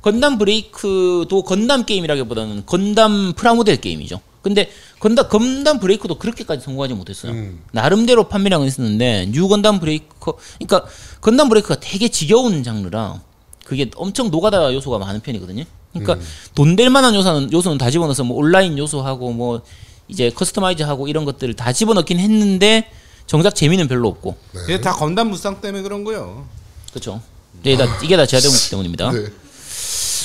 Speaker 5: 건담 브레이크도 건담 게임이라기보다는 건담 프라모델 게임이죠. 근데 건담 건담 브레이크도 그렇게까지 성공하지 못했어요. 나름대로 판매량은 있었는데 뉴 건담 브레이크 그러니까 건담 브레이크가 되게 지겨운 장르라 그게 엄청 노가다 요소가 많은 편이거든요. 그러니까 돈 될 만한 요소는 요소는 다 집어넣어서 뭐 온라인 요소하고 뭐 이제 커스터마이즈하고 이런 것들을 다 집어넣긴 했는데 정작 재미는 별로 없고
Speaker 4: 이게 다 건담 무쌍 때문에 그런 거예요.
Speaker 5: 그렇죠. 이게 다 이게 다 제아되기 때문입니다.
Speaker 3: 네.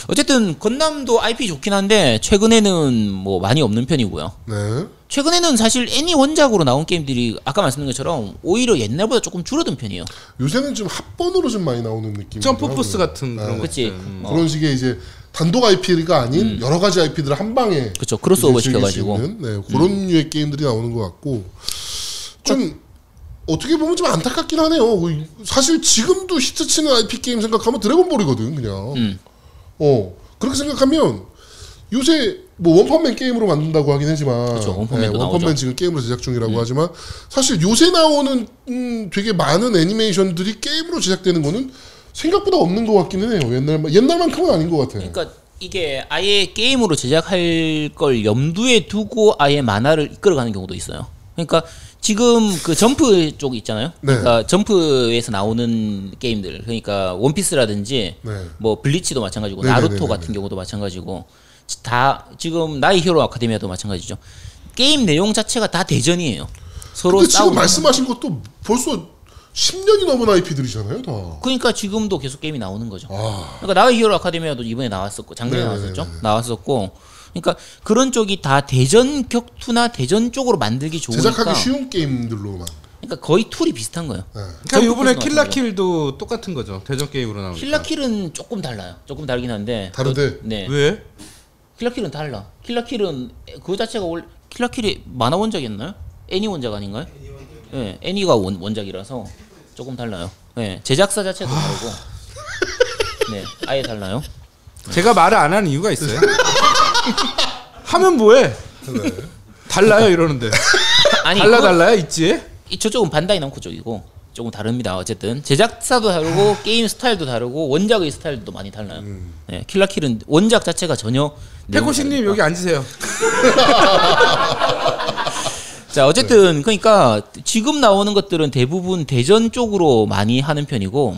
Speaker 5: 어쨌든 건담도 IP 좋긴 한데 최근에는 뭐 많이 없는 편이고요.
Speaker 3: 네.
Speaker 5: 최근에는 사실 애니 원작으로 나온 게임들이 아까 말씀드린 것처럼 오히려 옛날보다 조금 줄어든 편이에요.
Speaker 3: 요새는 좀 합본으로 좀 많이 나오는 네. 느낌.
Speaker 4: 점프 포스 같은 그런 거.
Speaker 5: 그렇지.
Speaker 3: 그런 식의 이제 단독 IP가 아닌 여러 가지 IP들을 한 방에
Speaker 5: 음. 그렇죠. 크로스오버
Speaker 3: 이제 즐길 수
Speaker 5: 시켜가지고. 음.
Speaker 3: 있는, 네, 그런 류의 게임들이 나오는 것 같고 좀 어떻게 보면 좀 안타깝긴 하네요. 그 사실 지금도 히트치는 IP 게임 생각하면 드래곤볼이거든 그냥.
Speaker 5: 음.
Speaker 3: 어 그렇게 생각하면 요새 뭐 원펀맨 게임으로 만든다고 하긴 하지만 네,
Speaker 5: 그쵸, 원펀맨도
Speaker 3: 원펀맨
Speaker 5: 나오죠.
Speaker 3: 지금 게임으로 제작
Speaker 5: 예.
Speaker 3: 중이라고 하지만 사실 요새 나오는 음, 되게 많은 애니메이션들이 게임으로 제작되는 거는 생각보다 없는 것 같기는 해요. 옛날 옛날만큼은 아닌 것 같아요.
Speaker 5: 그러니까 이게 아예 게임으로 제작할 걸 염두에 두고 아예 만화를 이끌어가는 경우도 있어요. 그러니까 지금 그 점프 쪽 있잖아요.
Speaker 3: 네.
Speaker 5: 그러니까 점프에서 나오는 게임들, 그러니까 원피스라든지
Speaker 3: 네.
Speaker 5: 뭐 블리치도 마찬가지고
Speaker 3: 네네네네네.
Speaker 5: 나루토 같은 경우도 마찬가지고 지- 다 지금 나의 히어로 아카데미아도 마찬가지죠. 게임 내용 자체가 다 대전이에요. 서로
Speaker 3: 근데 지금
Speaker 5: 싸우는.
Speaker 3: 말씀하신 것도 벌써 10년이 넘은 IP들이잖아요, 다.
Speaker 5: 그러니까 지금도 계속 게임이 나오는 거죠. 그러니까 나의 히어로 아카데미아도 이번에 나왔었고 작년에
Speaker 3: 아. 네네네네.
Speaker 5: 나왔었죠. 나왔었고 그러니까 그런 쪽이 다 대전 격투나 대전 쪽으로 만들기 좋으니까
Speaker 3: 제작하기 쉬운 아, 게임들로만. 네.
Speaker 5: 그러니까 거의 툴이 비슷한 거예요.
Speaker 4: 그러니까 이번에
Speaker 5: 점프 포스 같은
Speaker 4: 킬라킬도 똑같은 거죠. 대전 게임으로 나오니까.
Speaker 5: 킬라킬은 조금 달라요. 조금 다르긴 한데
Speaker 3: 그러니까. 다른데?
Speaker 5: 또- 네.
Speaker 4: 왜?
Speaker 5: 킬라킬은 달라. 킬라킬은 그 자체가 원래 킬라킬이 만화 원작이었나요? 애니 원작 아닌가요? 예, 애니가 원, 원작이라서 조금 달라요. 예, 제작사
Speaker 3: 아.
Speaker 5: 자체도 다르고, 네, 아예 달라요.
Speaker 4: 제가 말을 안 하는 이유가 있어요. 하면 뭐해? 달라요 이러는데.
Speaker 5: 아니,
Speaker 4: 달라
Speaker 5: 그건-
Speaker 4: 달라요 있지.
Speaker 5: 이 저쪽은 반다이 남코 쪽이고 조금 다릅니다. 어쨌든 제작사도 다르고
Speaker 4: 아.
Speaker 5: 게임 스타일도 다르고 원작의 스타일도 많이 달라요. 네, 킬라킬은 원작 자체가 전혀
Speaker 4: 음. 태코신님
Speaker 5: 내용이 다르니까.
Speaker 4: 여기 앉으세요.
Speaker 5: 자 어쨌든
Speaker 4: 네.
Speaker 5: 그러니까 지금 나오는 것들은 대부분 대전 쪽으로 많이 하는 편이고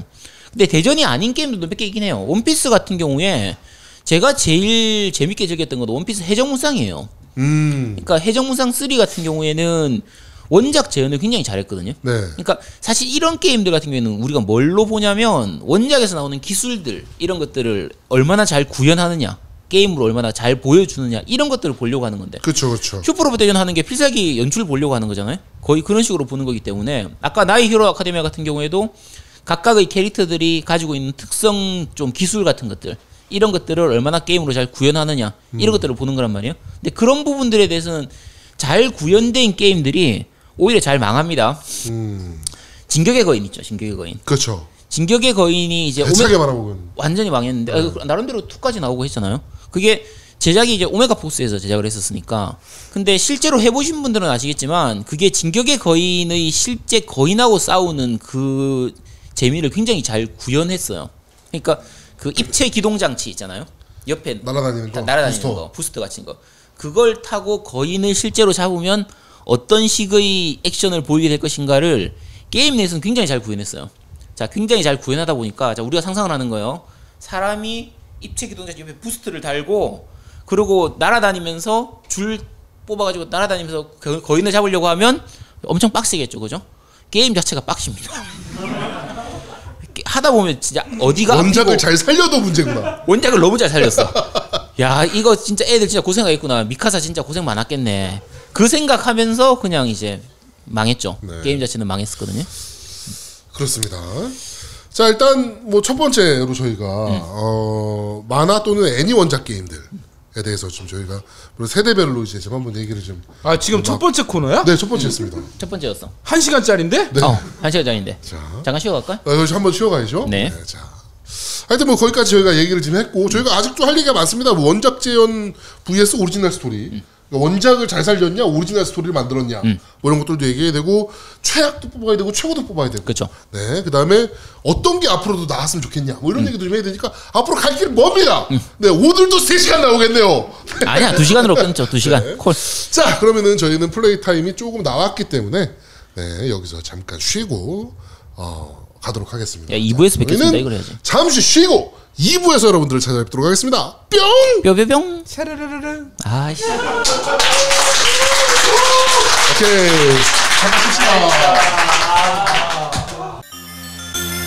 Speaker 5: 근데 대전이 아닌 게임들도 몇 개 있긴 해요 원피스 같은 경우에 제가 제일 재밌게 즐겼던 건 원피스 해적무쌍이에요
Speaker 3: 음.
Speaker 5: 그러니까 해적무쌍 3 같은 경우에는 원작 재현을 굉장히 잘했거든요
Speaker 3: 네.
Speaker 5: 그러니까 사실 이런 게임들 같은 경우에는 우리가 뭘로 보냐면 원작에서 나오는 기술들 이런 것들을 얼마나 잘 구현하느냐 게임으로 얼마나 잘 보여주느냐 이런 것들을 보려고 하는 건데
Speaker 3: 그렇죠, 그렇죠.
Speaker 5: 큐프로 대전 하는 게 필살기 연출 보려고 하는 거잖아요. 거의 그런 식으로 보는 거기 때문에 아까 나의 히로 아카데미아 같은 경우에도 각각의 캐릭터들이 가지고 있는 특성 좀 기술 같은 것들 이런 것들을 얼마나 게임으로 잘 구현하느냐 이런 것들을 보는 거란 말이에요. 근데 그런 부분들에 대해서는 잘 구현된 게임들이 오히려 잘 망합니다. 진격의 거인 있죠. 진격의 거인.
Speaker 3: 그렇죠.
Speaker 5: 진격의 거인이 이제
Speaker 3: 대차게
Speaker 5: 오메
Speaker 3: 말아먹은.
Speaker 5: 완전히 망했는데 아, 나름대로 2까지 나오고 했잖아요. 그게 제작이 이제 오메가 폭스에서 제작을 했었으니까. 근데 실제로 해보신 분들은 아시겠지만 그게 진격의 거인의 실제 거인하고 싸우는 그 재미를 굉장히 잘 구현했어요. 그러니까 그 입체 기동 장치 있잖아요. 옆에
Speaker 3: 날아다니는 거.
Speaker 5: 다 날아다니는
Speaker 3: 부스터.
Speaker 5: 거 부스터 같은 거 그걸 타고 거인을 실제로 잡으면 어떤 식의 액션을 보이게 될 것인가를 게임 내에서는 굉장히 잘 구현했어요 자 굉장히 잘 구현하다 보니까 자 우리가 상상을 하는 거예요 사람이 입체 기동자 옆에 부스트를 달고 그리고 날아다니면서 줄 뽑아가지고 날아다니면서 거- 거인을 잡으려고 하면 엄청 빡세겠죠 그죠 게임 자체가 빡십니다 하다 보면 진짜 어디가
Speaker 3: 원작을
Speaker 5: 아프고
Speaker 3: 잘 살려도 문제구나.
Speaker 5: 원작을 너무 잘 살렸어. 야, 이거 진짜 애들 진짜 고생하겠구나. 미카사 진짜 고생 많았겠네. 그 생각하면서 그냥 이제 망했죠.
Speaker 3: 네.
Speaker 5: 게임 자체는 망했었거든요.
Speaker 3: 그렇습니다. 자 일단 뭐 첫 번째로 저희가 어, 만화 또는 애니 원작 게임들에 대해서 좀 저희가 물론 세대별로 이제 좀 한번 얘기를 좀.
Speaker 4: 아 지금 첫 번째 코너야?
Speaker 3: 네 첫 번째였습니다.
Speaker 5: 첫 번째였어.
Speaker 4: 한 시간짜리인데?
Speaker 5: 어, 한 시간 전인데.
Speaker 3: 네. 자.
Speaker 5: 잠깐 쉬어갈까?
Speaker 3: 아, 여기서 한번 쉬어가야죠.
Speaker 5: 네.
Speaker 3: 자. 하여튼 뭐 거기까지 저희가 얘기를 지금 했고 저희가 아직도 할 얘기가 많습니다. 뭐 원작 재현 vs 오리지널 스토리. 그러니까 원작을 잘 살렸냐, 오리지널 스토리를 만들었냐,
Speaker 5: 음.
Speaker 3: 뭐 이런 것들도 얘기해야 되고 최악도 뽑아야 되고 최고도 뽑아야 되고.
Speaker 5: 그렇죠.
Speaker 3: 네, 그 다음에 어떤 게 앞으로도 나왔으면 좋겠냐, 뭐
Speaker 5: 음.
Speaker 3: 이런 얘기도 좀 해야 되니까 앞으로 갈 길이 멉니다. 네, 오늘도 3 시간 나오겠네요.
Speaker 5: 아니야, 두 시간으로 끊죠. 두 시간.
Speaker 3: 네.
Speaker 5: 콜.
Speaker 3: 자, 그러면은 저희는 플레이 타임이 조금 나왔기 때문에 네, 여기서 잠깐 쉬고 어, 가도록 하겠습니다.
Speaker 5: 야, 2부에서
Speaker 3: 자,
Speaker 5: 뵙겠습니다.
Speaker 3: 저희는
Speaker 5: 이걸 해야지.
Speaker 3: 잠시 쉬고 2부에서 여러분들을 찾아뵙도록 하겠습니다. 뿅!
Speaker 5: 뼈뼈뿅.
Speaker 4: 샤르르르르.
Speaker 5: 아이씨.
Speaker 3: 오케이.